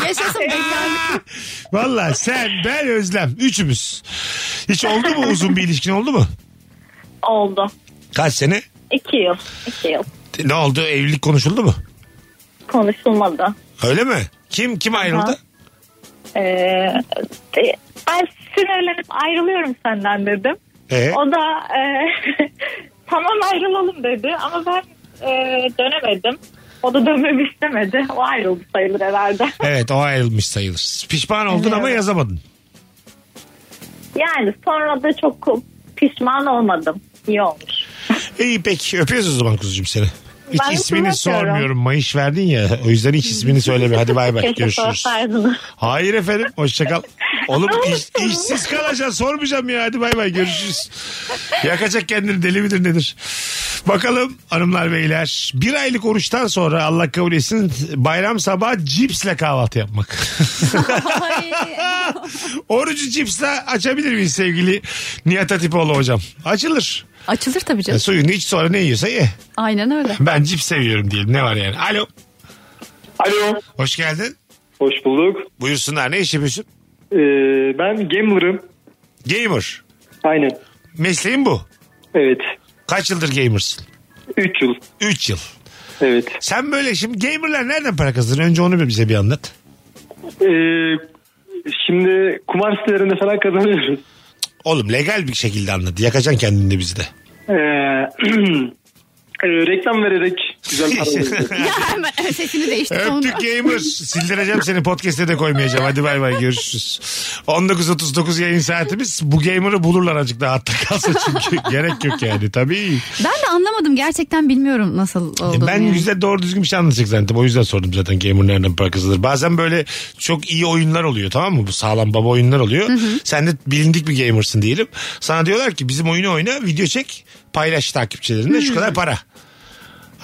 [SPEAKER 10] Yaşasın bekarlık.
[SPEAKER 3] Valla sen, ben, Özlem. Üçümüz. Hiç oldu mu uzun bir ilişkin oldu mu?
[SPEAKER 5] Oldu.
[SPEAKER 3] Kaç sene?
[SPEAKER 5] İki yıl. İki yıl.
[SPEAKER 3] Ne oldu? Evlilik konuşuldu mu?
[SPEAKER 5] Konuşulmadı.
[SPEAKER 3] Öyle mi? Kim kim ayrıldı?
[SPEAKER 5] Ee, e, ben sinirlenip ayrılıyorum senden dedim.
[SPEAKER 3] Ee?
[SPEAKER 5] O da e, tamam ayrılalım dedi ama ben e, dönemedim. O da dönmemi istemedi. O ayrıldı sayılır herhalde.
[SPEAKER 3] Evet o ayrılmış sayılır. Pişman oldun ama yazamadın.
[SPEAKER 5] Yani sonra da çok ko- pişman olmadım. İyi olmuş.
[SPEAKER 3] İyi peki öpüyoruz o zaman kuzucuğum seni. Hiç
[SPEAKER 5] Ben
[SPEAKER 3] ismini
[SPEAKER 5] öpüyorum.
[SPEAKER 3] sormuyorum. Mayış verdin ya. O yüzden hiç ismini söyleme. Hadi bay bay.
[SPEAKER 5] Keşke
[SPEAKER 3] Görüşürüz.
[SPEAKER 5] sorsaydınız.
[SPEAKER 3] Hayır efendim. Hoşçakal. Oğlum iş- işsiz kalacaksın. Sormayacağım ya. Hadi bay bay. Görüşürüz. Yakacak kendini. Deli midir nedir? Bakalım hanımlar beyler. Bir aylık oruçtan sonra Allah kabul etsin bayram sabahı cipsle kahvaltı yapmak. Orucu cipsle açabilir miyiz sevgili Nihat Atipoğlu hocam? Açılır.
[SPEAKER 10] Açılır tabii
[SPEAKER 3] E,
[SPEAKER 10] canım.
[SPEAKER 3] suyunu iç sonra ne yiyorsa ye.
[SPEAKER 10] Aynen öyle.
[SPEAKER 3] Ben cips seviyorum diyelim. Ne var yani? Alo. Alo. Hoş geldin.
[SPEAKER 13] Hoş bulduk. Ee,
[SPEAKER 3] Buyursunlar. Ne iş yapıyorsun?
[SPEAKER 13] ben gamer'ım.
[SPEAKER 3] Gamer.
[SPEAKER 13] Aynen.
[SPEAKER 3] Mesleğin bu.
[SPEAKER 13] Evet.
[SPEAKER 3] Kaç yıldır gamersın?
[SPEAKER 13] 3 yıl.
[SPEAKER 3] 3 yıl.
[SPEAKER 13] Evet.
[SPEAKER 3] Sen böyle şimdi gamerler nereden para kazanır? Önce onu bir bize bir anlat.
[SPEAKER 13] Ee, şimdi kumar sitelerinde falan kazanıyoruz.
[SPEAKER 3] Oğlum legal bir şekilde anlat. Yakacaksın kendini de bizi de.
[SPEAKER 13] Ee, e, reklam vererek güzel para alıyoruz.
[SPEAKER 10] Hemen sesini değiştir.
[SPEAKER 3] Öptük gamer. Sildireceğim seni podcast'e de koymayacağım. Hadi bay bay görüşürüz. 19.39 yayın saatimiz. Bu gamer'ı bulurlar azıcık daha hatta kalsa çünkü. Gerek yok yani tabii.
[SPEAKER 10] Ben de anlamadım. Gerçekten bilmiyorum nasıl
[SPEAKER 3] E,
[SPEAKER 10] olduğunu.
[SPEAKER 3] Ben
[SPEAKER 10] yani.
[SPEAKER 3] yüzde doğru düzgün bir şey anlatacak zannettim. O yüzden sordum zaten gamer nereden para kazanır. Bazen böyle çok iyi oyunlar oluyor tamam mı? Bu sağlam baba oyunlar oluyor.
[SPEAKER 16] Hı hı.
[SPEAKER 3] Sen de bilindik bir gamersın diyelim. Sana diyorlar ki bizim oyunu oyna video çek paylaş takipçilerine şu kadar para.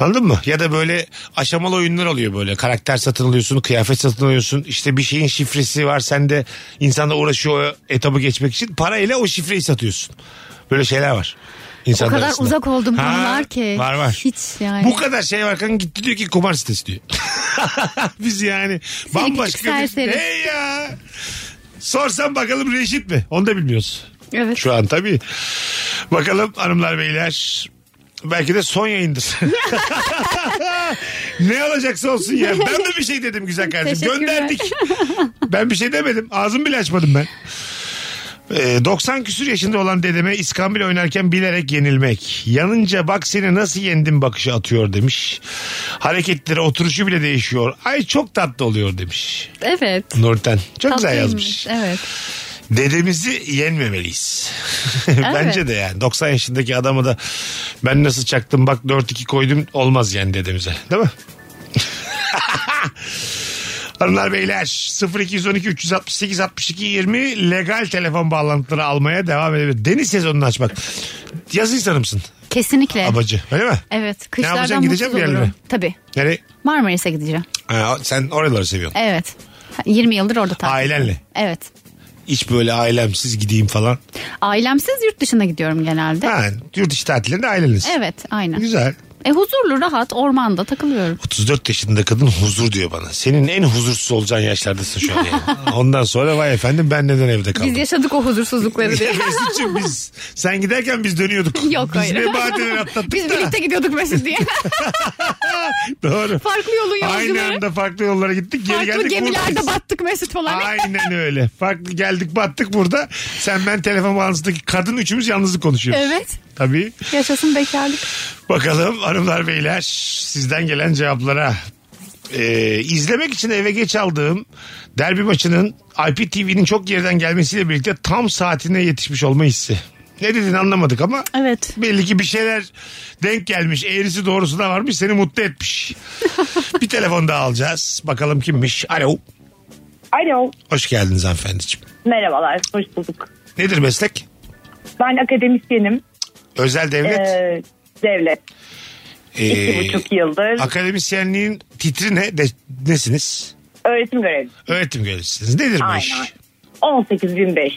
[SPEAKER 3] Anladın mı? Ya da böyle aşamalı oyunlar oluyor böyle. Karakter satın alıyorsun, kıyafet satın alıyorsun. İşte bir şeyin şifresi var sende. İnsanla uğraşıyor o etabı geçmek için. Parayla o şifreyi satıyorsun. Böyle şeyler var.
[SPEAKER 10] O
[SPEAKER 3] İnsanlar
[SPEAKER 10] kadar
[SPEAKER 3] arasında.
[SPEAKER 10] uzak oldum
[SPEAKER 3] Ha,
[SPEAKER 10] bunlar ki.
[SPEAKER 3] Var var.
[SPEAKER 10] Hiç yani.
[SPEAKER 3] Bu kadar şey var kanka gitti diyor ki kumar sitesi diyor. Biz yani bambaşka bir...
[SPEAKER 10] serseri.
[SPEAKER 3] Hey ya! Sorsan bakalım reşit mi? Onu da bilmiyoruz.
[SPEAKER 10] Evet.
[SPEAKER 3] Şu an tabii. Bakalım hanımlar beyler. Belki de son yayındır. ne olacaksa olsun ya. Ben mi bir şey dedim güzel kardeşim?
[SPEAKER 10] Teşekkürler.
[SPEAKER 3] Gönderdik. Ben bir şey demedim. Ağzımı bile açmadım ben. Ee, 90 küsür yaşında olan dedeme iskambil oynarken bilerek yenilmek. Yanınca bak seni nasıl yendim bakışı atıyor demiş. Hareketleri oturuşu bile değişiyor. Ay çok tatlı oluyor demiş.
[SPEAKER 10] Evet.
[SPEAKER 3] Nurten. Çok güzel yazmış.
[SPEAKER 10] Tatlıymış, Evet.
[SPEAKER 3] Dedemizi yenmemeliyiz. Bence de yani. 90 yaşındaki adamı da ben nasıl çaktım bak 4-2 koydum olmaz yani dedemize. Değil mi? Hanımlar beyler 0212 368 62 20 legal telefon bağlantıları almaya devam edebilir. Deniz sezonunu açmak. Yaz insanı mısın?
[SPEAKER 10] Kesinlikle.
[SPEAKER 3] Abacı öyle mi?
[SPEAKER 10] Evet.
[SPEAKER 3] yapacaksın,
[SPEAKER 10] Kışlardan
[SPEAKER 3] gidecek
[SPEAKER 10] mutsuz
[SPEAKER 3] mi
[SPEAKER 10] olurum.
[SPEAKER 3] yerlere?
[SPEAKER 10] Tabii.
[SPEAKER 3] Nereye?
[SPEAKER 10] Marmaris'e gideceğim.
[SPEAKER 3] Ha, sen oraları seviyorsun.
[SPEAKER 10] Evet. 20 yıldır orada takip
[SPEAKER 3] Ailenle.
[SPEAKER 10] Evet.
[SPEAKER 3] Hiç böyle ailemsiz gideyim falan.
[SPEAKER 10] Ailemsiz yurt dışına gidiyorum genelde.
[SPEAKER 3] Ha, yurt dışı tatillerinde ailenizsin.
[SPEAKER 10] Evet aynen.
[SPEAKER 3] Güzel.
[SPEAKER 10] E huzurlu rahat ormanda takılıyorum.
[SPEAKER 3] 34 yaşında kadın huzur diyor bana. Senin en huzursuz olacağın yaşlardasın şu an yani. Ondan sonra vay efendim ben neden evde kaldım?
[SPEAKER 10] Biz yaşadık o huzursuzlukları diye.
[SPEAKER 3] Mesut'cum biz sen giderken biz dönüyorduk.
[SPEAKER 10] Yok
[SPEAKER 3] biz
[SPEAKER 10] hayır.
[SPEAKER 3] Nebahat'ı atlattık
[SPEAKER 10] Biz
[SPEAKER 3] da.
[SPEAKER 10] birlikte gidiyorduk Mesut diye.
[SPEAKER 3] Doğru.
[SPEAKER 10] Farklı yolun
[SPEAKER 3] Aynı
[SPEAKER 10] yolcuları.
[SPEAKER 3] anda farklı yollara gittik. Geri
[SPEAKER 10] Farklı
[SPEAKER 3] geldik
[SPEAKER 10] gemilerde
[SPEAKER 3] buradayız.
[SPEAKER 10] battık Mesut falan.
[SPEAKER 3] Aynen öyle. Farklı geldik battık burada. Sen ben telefon bağlantısındaki kadın üçümüz yalnızlık konuşuyoruz.
[SPEAKER 10] Evet.
[SPEAKER 3] Tabii.
[SPEAKER 10] Yaşasın bekarlık.
[SPEAKER 3] Bakalım hanımlar beyler sizden gelen cevaplara. Ee, izlemek için eve geç aldığım derbi maçının IPTV'nin çok geriden gelmesiyle birlikte tam saatine yetişmiş olma hissi. Ne dediğini anlamadık ama
[SPEAKER 10] evet.
[SPEAKER 3] belli ki bir şeyler denk gelmiş. Eğrisi doğrusu da varmış seni mutlu etmiş. bir telefon daha alacağız. Bakalım kimmiş. Alo.
[SPEAKER 17] Alo.
[SPEAKER 3] Hoş geldiniz hanımefendiciğim.
[SPEAKER 17] Merhabalar. Hoş bulduk.
[SPEAKER 3] Nedir meslek?
[SPEAKER 17] Ben akademisyenim.
[SPEAKER 3] Özel devlet. Ee,
[SPEAKER 17] Ee, devlet. iki buçuk yıldır.
[SPEAKER 3] Akademisyenliğin titri ne? De- nesiniz?
[SPEAKER 17] Öğretim görevlisi.
[SPEAKER 3] Öğretim görevlisiniz. Nedir bu iş?
[SPEAKER 17] Aynen. 18.005.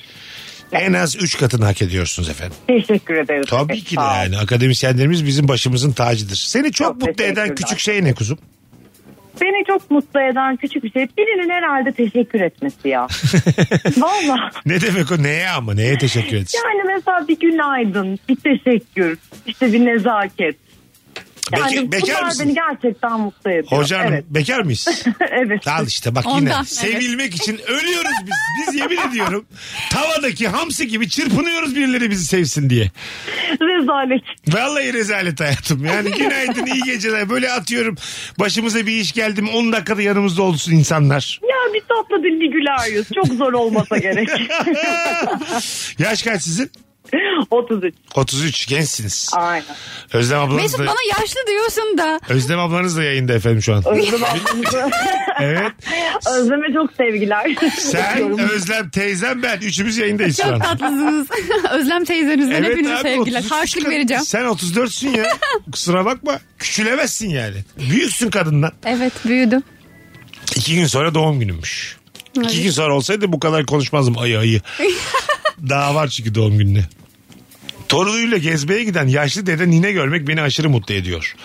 [SPEAKER 3] En az 3 katını hak ediyorsunuz efendim.
[SPEAKER 17] Teşekkür ederim.
[SPEAKER 3] Tabii ki de yani akademisyenlerimiz bizim başımızın tacıdır. Seni çok, mutlu eden küçük şey ne kuzum?
[SPEAKER 17] Beni çok mutlu eden küçük bir şey. Birinin herhalde teşekkür etmesi ya. Valla.
[SPEAKER 3] Ne demek o neye ama neye teşekkür etsin?
[SPEAKER 17] Yani mesela bir günaydın, bir teşekkür, işte bir nezaket. Yani
[SPEAKER 3] Beke- bekar
[SPEAKER 17] bunlar
[SPEAKER 3] mısın?
[SPEAKER 17] beni gerçekten mutlu ediyor.
[SPEAKER 3] Hocam
[SPEAKER 17] Evet.
[SPEAKER 3] bekar mıyız?
[SPEAKER 17] evet.
[SPEAKER 3] Al işte bak yine
[SPEAKER 17] Ondan, evet.
[SPEAKER 3] sevilmek için ölüyoruz biz. Biz yemin ediyorum tavadaki hamsi gibi çırpınıyoruz birileri bizi sevsin diye.
[SPEAKER 17] Rezalet.
[SPEAKER 3] Vallahi rezalet hayatım. Yani günaydın iyi geceler böyle atıyorum. Başımıza bir iş geldi mi 10 dakikada yanımızda olsun insanlar.
[SPEAKER 17] Ya bir tatlı dilli güler yüz. Çok zor olmasa gerek.
[SPEAKER 3] Yaş kaç sizin?
[SPEAKER 17] 33.
[SPEAKER 3] 33 gençsiniz.
[SPEAKER 17] Aynen.
[SPEAKER 3] Özlem ablanız
[SPEAKER 10] Mesut
[SPEAKER 3] da...
[SPEAKER 10] bana yaşlı diyorsun da.
[SPEAKER 3] Özlem ablanız da yayında efendim şu an.
[SPEAKER 17] Özlem ablamızı.
[SPEAKER 3] evet.
[SPEAKER 17] Özlem'e çok sevgiler.
[SPEAKER 3] Sen, Özlem, teyzem ben. Üçümüz yayındayız şu an.
[SPEAKER 10] Çok tatlısınız. Özlem teyzenizden
[SPEAKER 3] Evet
[SPEAKER 10] hepinize
[SPEAKER 3] abi,
[SPEAKER 10] sevgiler.
[SPEAKER 3] 33
[SPEAKER 10] Harçlık vereceğim.
[SPEAKER 3] Sen 34'sün ya. Kusura bakma. Küçülemezsin yani. Büyüksün kadından.
[SPEAKER 10] Evet büyüdüm.
[SPEAKER 3] İki gün sonra doğum günümmüş. İki
[SPEAKER 10] Evet.
[SPEAKER 3] gün sonra olsaydı bu kadar konuşmazdım ayı ayı. Daha var çünkü doğum gününe. Torunuyla gezmeye giden yaşlı dede nine görmek beni aşırı mutlu ediyor.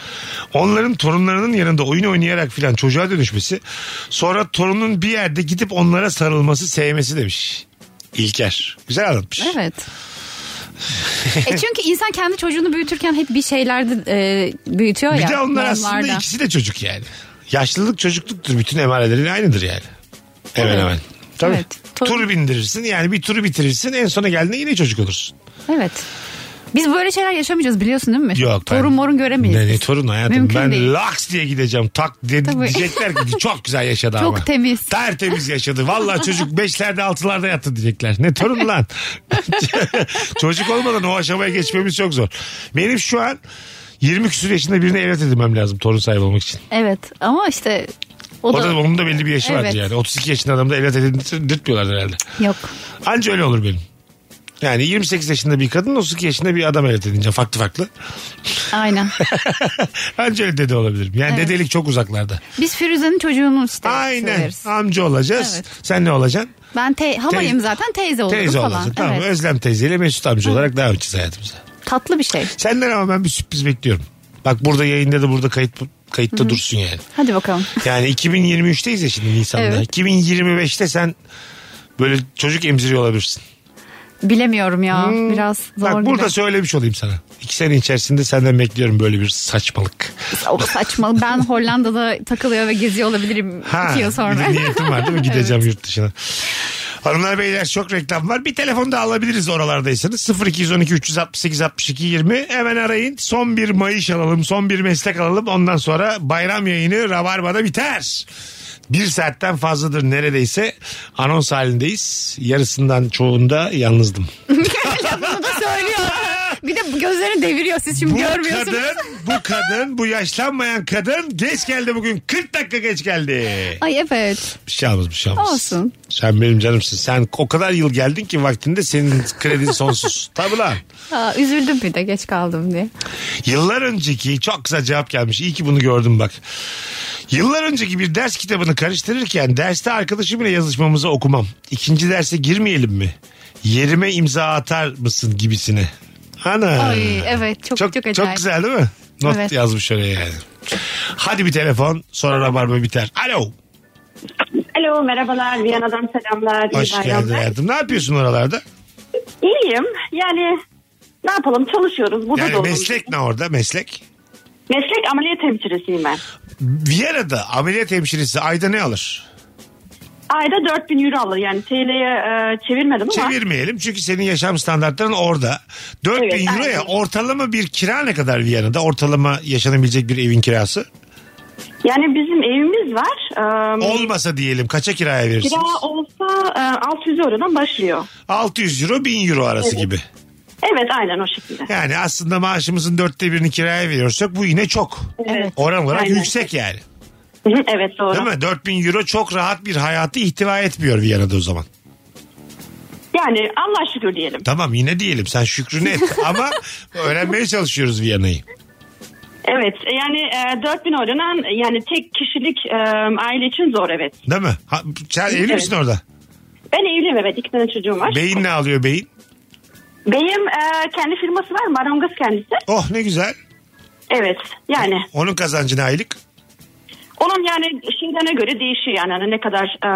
[SPEAKER 3] Onların torunlarının yanında oyun oynayarak filan çocuğa dönüşmesi sonra torunun bir yerde gidip onlara sarılması sevmesi demiş. İlker. Güzel anlatmış.
[SPEAKER 10] Evet. e çünkü insan kendi çocuğunu büyütürken hep bir şeylerde e, büyütüyor ya.
[SPEAKER 3] Bir de onlar aslında
[SPEAKER 10] normlarda.
[SPEAKER 3] ikisi de çocuk yani. Yaşlılık çocukluktur. Bütün emarelerin aynıdır yani. Hemen hemen. Tabii. Turu bindirirsin yani bir turu bitirirsin en sona geldiğinde yine çocuk olursun.
[SPEAKER 10] Evet. Biz böyle şeyler yaşamayacağız biliyorsun değil mi?
[SPEAKER 3] Yok, ben-
[SPEAKER 10] Eh, Torun morun göremeyiz.
[SPEAKER 3] Ne, ne
[SPEAKER 10] biz.
[SPEAKER 3] torun hayatım
[SPEAKER 10] Mümkün
[SPEAKER 3] ben
[SPEAKER 10] değil.
[SPEAKER 3] laks diye gideceğim tak de-
[SPEAKER 10] Tabii.
[SPEAKER 3] diyecekler ki çok güzel yaşadı
[SPEAKER 10] Çok
[SPEAKER 3] ama.
[SPEAKER 10] temiz.
[SPEAKER 3] Tertemiz yaşadı. Vallahi çocuk beşlerde altılarda yattı diyecekler. Ne torun lan. çocuk olmadan o aşamaya geçmemiz çok zor. Benim şu an 20 küsur yaşında birine evlat edinmem lazım torun sahibi olmak için.
[SPEAKER 10] Evet ama işte
[SPEAKER 3] O
[SPEAKER 10] o da,
[SPEAKER 3] da, onun da belli bir yaşı vardı
[SPEAKER 10] Evet.
[SPEAKER 3] yani. 32 yaşında adamda evlat edindirtmiyorlar herhalde.
[SPEAKER 10] Yok.
[SPEAKER 3] Anca öyle olur benim. Yani 28 yaşında bir kadın 32 yaşında bir adam evlat edince farklı farklı.
[SPEAKER 10] Aynen.
[SPEAKER 3] Anca öyle dede olabilirim. Yani
[SPEAKER 10] Evet.
[SPEAKER 3] dedelik çok uzaklarda.
[SPEAKER 10] Biz Firuze'nin çocuğunu isteriz.
[SPEAKER 3] Aynen
[SPEAKER 10] severiz.
[SPEAKER 3] amca olacağız.
[SPEAKER 10] Evet.
[SPEAKER 3] Sen ne olacaksın?
[SPEAKER 10] Ben te havayım
[SPEAKER 3] Teyze-
[SPEAKER 10] zaten teyze olurum
[SPEAKER 3] Teyze
[SPEAKER 10] falan.
[SPEAKER 3] olacaksın. Tamam
[SPEAKER 10] Evet.
[SPEAKER 3] Özlem teyzeyle Mesut amca olarak devam edeceğiz hayatımıza.
[SPEAKER 10] Tatlı bir şey.
[SPEAKER 3] Senden ama ben bir sürpriz bekliyorum. Bak burada yayında da burada kayıt kayıtta
[SPEAKER 10] Hı hı.
[SPEAKER 3] dursun yani.
[SPEAKER 10] Hadi bakalım.
[SPEAKER 3] Yani 2023'teyiz ya şimdi Nisan'da.
[SPEAKER 10] Evet.
[SPEAKER 3] 2025'te sen böyle çocuk emziriyor olabilirsin.
[SPEAKER 10] Bilemiyorum ya. Biraz zor
[SPEAKER 3] Hmm. Bak
[SPEAKER 10] gibi.
[SPEAKER 3] burada söylemiş olayım sana. İki sene içerisinde senden bekliyorum böyle bir saçmalık.
[SPEAKER 10] O saçma. Ben Hollanda'da takılıyor ve geziyor olabilirim iki yıl sonra.
[SPEAKER 3] Bir de niyetim var değil mi? Gideceğim yurt dışına. Hanımlar beyler çok reklam var. Bir telefon da alabiliriz oralardaysanız. 0212 368 62 20 hemen arayın. Son bir mayış alalım. Son bir meslek alalım. Ondan sonra bayram yayını Rabarba'da biter. Bir saatten fazladır neredeyse anons halindeyiz. Yarısından çoğunda yalnızdım.
[SPEAKER 10] Bunu da söylüyor. Bir de gözlerini deviriyor. Siz şimdi
[SPEAKER 3] bu
[SPEAKER 10] görmüyorsunuz.
[SPEAKER 3] kadın, bu kadın, bu yaşlanmayan kadın geç geldi bugün. 40 dakika geç geldi.
[SPEAKER 10] Ay evet.
[SPEAKER 3] Bir şey almaz, bir şey almaz.
[SPEAKER 10] Olsun.
[SPEAKER 3] Sen benim canımsın. Sen o kadar yıl geldin ki vaktinde senin kredin sonsuz. Tabii lan.
[SPEAKER 10] Aa, üzüldüm bir de geç kaldım diye.
[SPEAKER 3] Yıllar önceki çok güzel cevap gelmiş. İyi ki bunu gördüm bak. Yıllar önceki bir ders kitabını karıştırırken derste arkadaşımla yazışmamızı okumam. İkinci derse girmeyelim mi? Yerime imza atar mısın gibisine. Ana.
[SPEAKER 10] Ay evet çok çok, acayip.
[SPEAKER 3] Ee, Çok güzel değil mi? Not
[SPEAKER 10] Evet.
[SPEAKER 3] yazmış oraya yani. Hadi bir telefon sonra rabarba biter. Alo.
[SPEAKER 14] Alo merhabalar Viyana'dan selamlar. iyi
[SPEAKER 3] Hoş geldin
[SPEAKER 14] bayramlar.
[SPEAKER 3] hayatım. Ne yapıyorsun oralarda?
[SPEAKER 14] İyiyim yani ne yapalım çalışıyoruz burada da
[SPEAKER 3] Yani
[SPEAKER 14] olalım.
[SPEAKER 3] meslek ne orada meslek?
[SPEAKER 14] Meslek ameliyat hemşiresiyim ben.
[SPEAKER 3] Viyana'da ameliyat hemşiresi ayda ne alır?
[SPEAKER 14] Ayda 4000 euro alır yani TL'ye e, çevirmedim ama.
[SPEAKER 3] Çevirmeyelim çünkü senin yaşam standartların orada. 4000
[SPEAKER 14] Evet,
[SPEAKER 3] euro ya ortalama bir kira ne kadar Viyana'da? Ortalama yaşanabilecek bir evin kirası?
[SPEAKER 14] Yani bizim evimiz var. E,
[SPEAKER 3] Olmasa diyelim kaça kiraya verirsin?
[SPEAKER 14] Kira olsa e, 600 eurodan başlıyor.
[SPEAKER 3] 600 euro 1000 euro arası
[SPEAKER 14] Evet.
[SPEAKER 3] gibi.
[SPEAKER 14] Evet aynen o şekilde.
[SPEAKER 3] Yani aslında maaşımızın dörtte birini kiraya veriyorsak bu yine çok.
[SPEAKER 14] Evet.
[SPEAKER 3] Oran olarak
[SPEAKER 14] Aynen.
[SPEAKER 3] yüksek yani.
[SPEAKER 14] evet doğru.
[SPEAKER 3] Değil mi? 4000 euro çok rahat bir hayatı ihtiva etmiyor Viyana'da o zaman.
[SPEAKER 14] Yani Allah şükür diyelim.
[SPEAKER 3] Tamam yine diyelim sen şükrünü et ama öğrenmeye çalışıyoruz Viyana'yı.
[SPEAKER 14] Evet yani e, 4000 eurodan yani tek kişilik e, aile için zor evet.
[SPEAKER 3] Değil mi? Ha, sen evli
[SPEAKER 14] Evet.
[SPEAKER 3] misin orada?
[SPEAKER 14] Ben evliyim evet iki tane çocuğum var.
[SPEAKER 3] Beyin ne alıyor beyin?
[SPEAKER 14] Benim e, kendi firması var marangoz kendisi.
[SPEAKER 3] Oh ne güzel.
[SPEAKER 14] Evet yani
[SPEAKER 3] Onun kazancı ne aylık?
[SPEAKER 14] onun yani şeydene göre değişiyor yani Hani ne kadar e,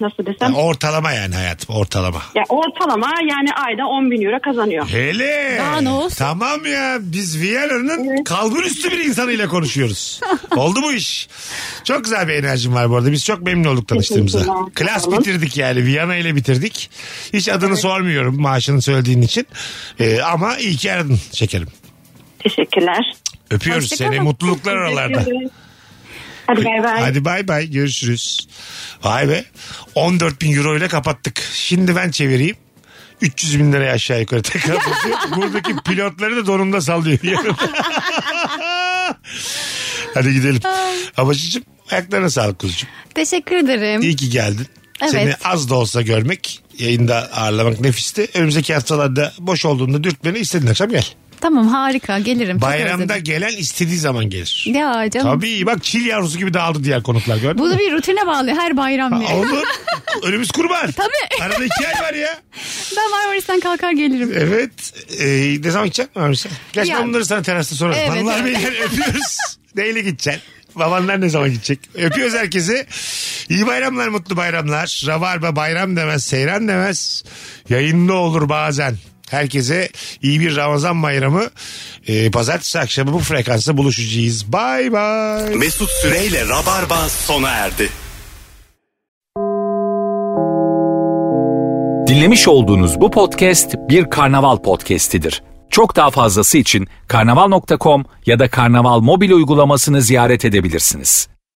[SPEAKER 14] nasıl desem.
[SPEAKER 3] Yani ortalama yani hayatım ortalama.
[SPEAKER 14] Ya ortalama yani ayda 10 bin euro kazanıyor.
[SPEAKER 3] Hele.
[SPEAKER 14] Daha ne olsun?
[SPEAKER 3] Tamam ya biz Viyana'nın kalbur üstü bir insanıyla konuşuyoruz. Oldu bu iş. Çok güzel bir enerjim var bu arada. Biz çok memnun olduk tanıştığımıza.
[SPEAKER 14] Teşekkürler.
[SPEAKER 3] Klas
[SPEAKER 14] Sağ olun.
[SPEAKER 3] bitirdik yani. Viyana ile bitirdik. Hiç adını sormuyorum maaşını söylediğin için. Ee, ama iyi ki aradın şekerim.
[SPEAKER 14] Teşekkürler.
[SPEAKER 3] Öpüyoruz
[SPEAKER 14] Hoşçakalın.
[SPEAKER 3] seni. Mutluluklar oralarda.
[SPEAKER 14] Hadi bay bay.
[SPEAKER 3] Hadi bay bay görüşürüz. Vay be 14 bin euro ile kapattık. Şimdi ben çevireyim. 300 bin liraya aşağı yukarı tekrar basıyor. Buradaki pilotları da donumda sallıyor. Hadi gidelim. Abacıcığım ayaklarına sağlık kuzucuğum.
[SPEAKER 10] Teşekkür ederim.
[SPEAKER 3] İyi ki geldin.
[SPEAKER 10] Evet.
[SPEAKER 3] Seni az da olsa görmek, yayında ağırlamak nefisti. Önümüzdeki haftalarda boş olduğunda dürt beni istediğin akşam gel.
[SPEAKER 10] Tamam harika gelirim. Çok
[SPEAKER 3] Bayramda
[SPEAKER 10] özledim.
[SPEAKER 3] gelen istediği zaman gelir.
[SPEAKER 10] Ya canım.
[SPEAKER 3] Tabii bak çil yavrusu gibi dağıldı diğer konuklar gördün mü?
[SPEAKER 10] Bunu bir rutine bağlıyor her bayram
[SPEAKER 3] Ha,
[SPEAKER 10] diye.
[SPEAKER 3] Olur. Önümüz kurban.
[SPEAKER 10] Tabii.
[SPEAKER 3] Arada iki ay var ya.
[SPEAKER 10] Ben Marmaris'ten kalkar gelirim.
[SPEAKER 3] Evet. Ee, ne zaman gideceksin Marmaris'e? Gerçi
[SPEAKER 10] Ya.
[SPEAKER 3] ben bunları sana terasta sorarım.
[SPEAKER 10] Evet,
[SPEAKER 3] Hanımlar
[SPEAKER 10] evet.
[SPEAKER 3] beyler öpüyoruz. Neyle gideceksin? Babanlar ne zaman gidecek? Öpüyoruz herkesi. İyi bayramlar, mutlu bayramlar. Rabarba bayram demez, seyran demez. Yayında olur bazen. Herkese iyi bir Ramazan bayramı. Ee, pazartesi akşamı bu frekansta buluşacağız. Bay bay.
[SPEAKER 2] Mesut Süreyle Rabarba sona erdi.
[SPEAKER 1] Dinlemiş olduğunuz bu podcast bir karnaval podcastidir. Çok daha fazlası için karnaval.com ya da karnaval mobil uygulamasını ziyaret edebilirsiniz.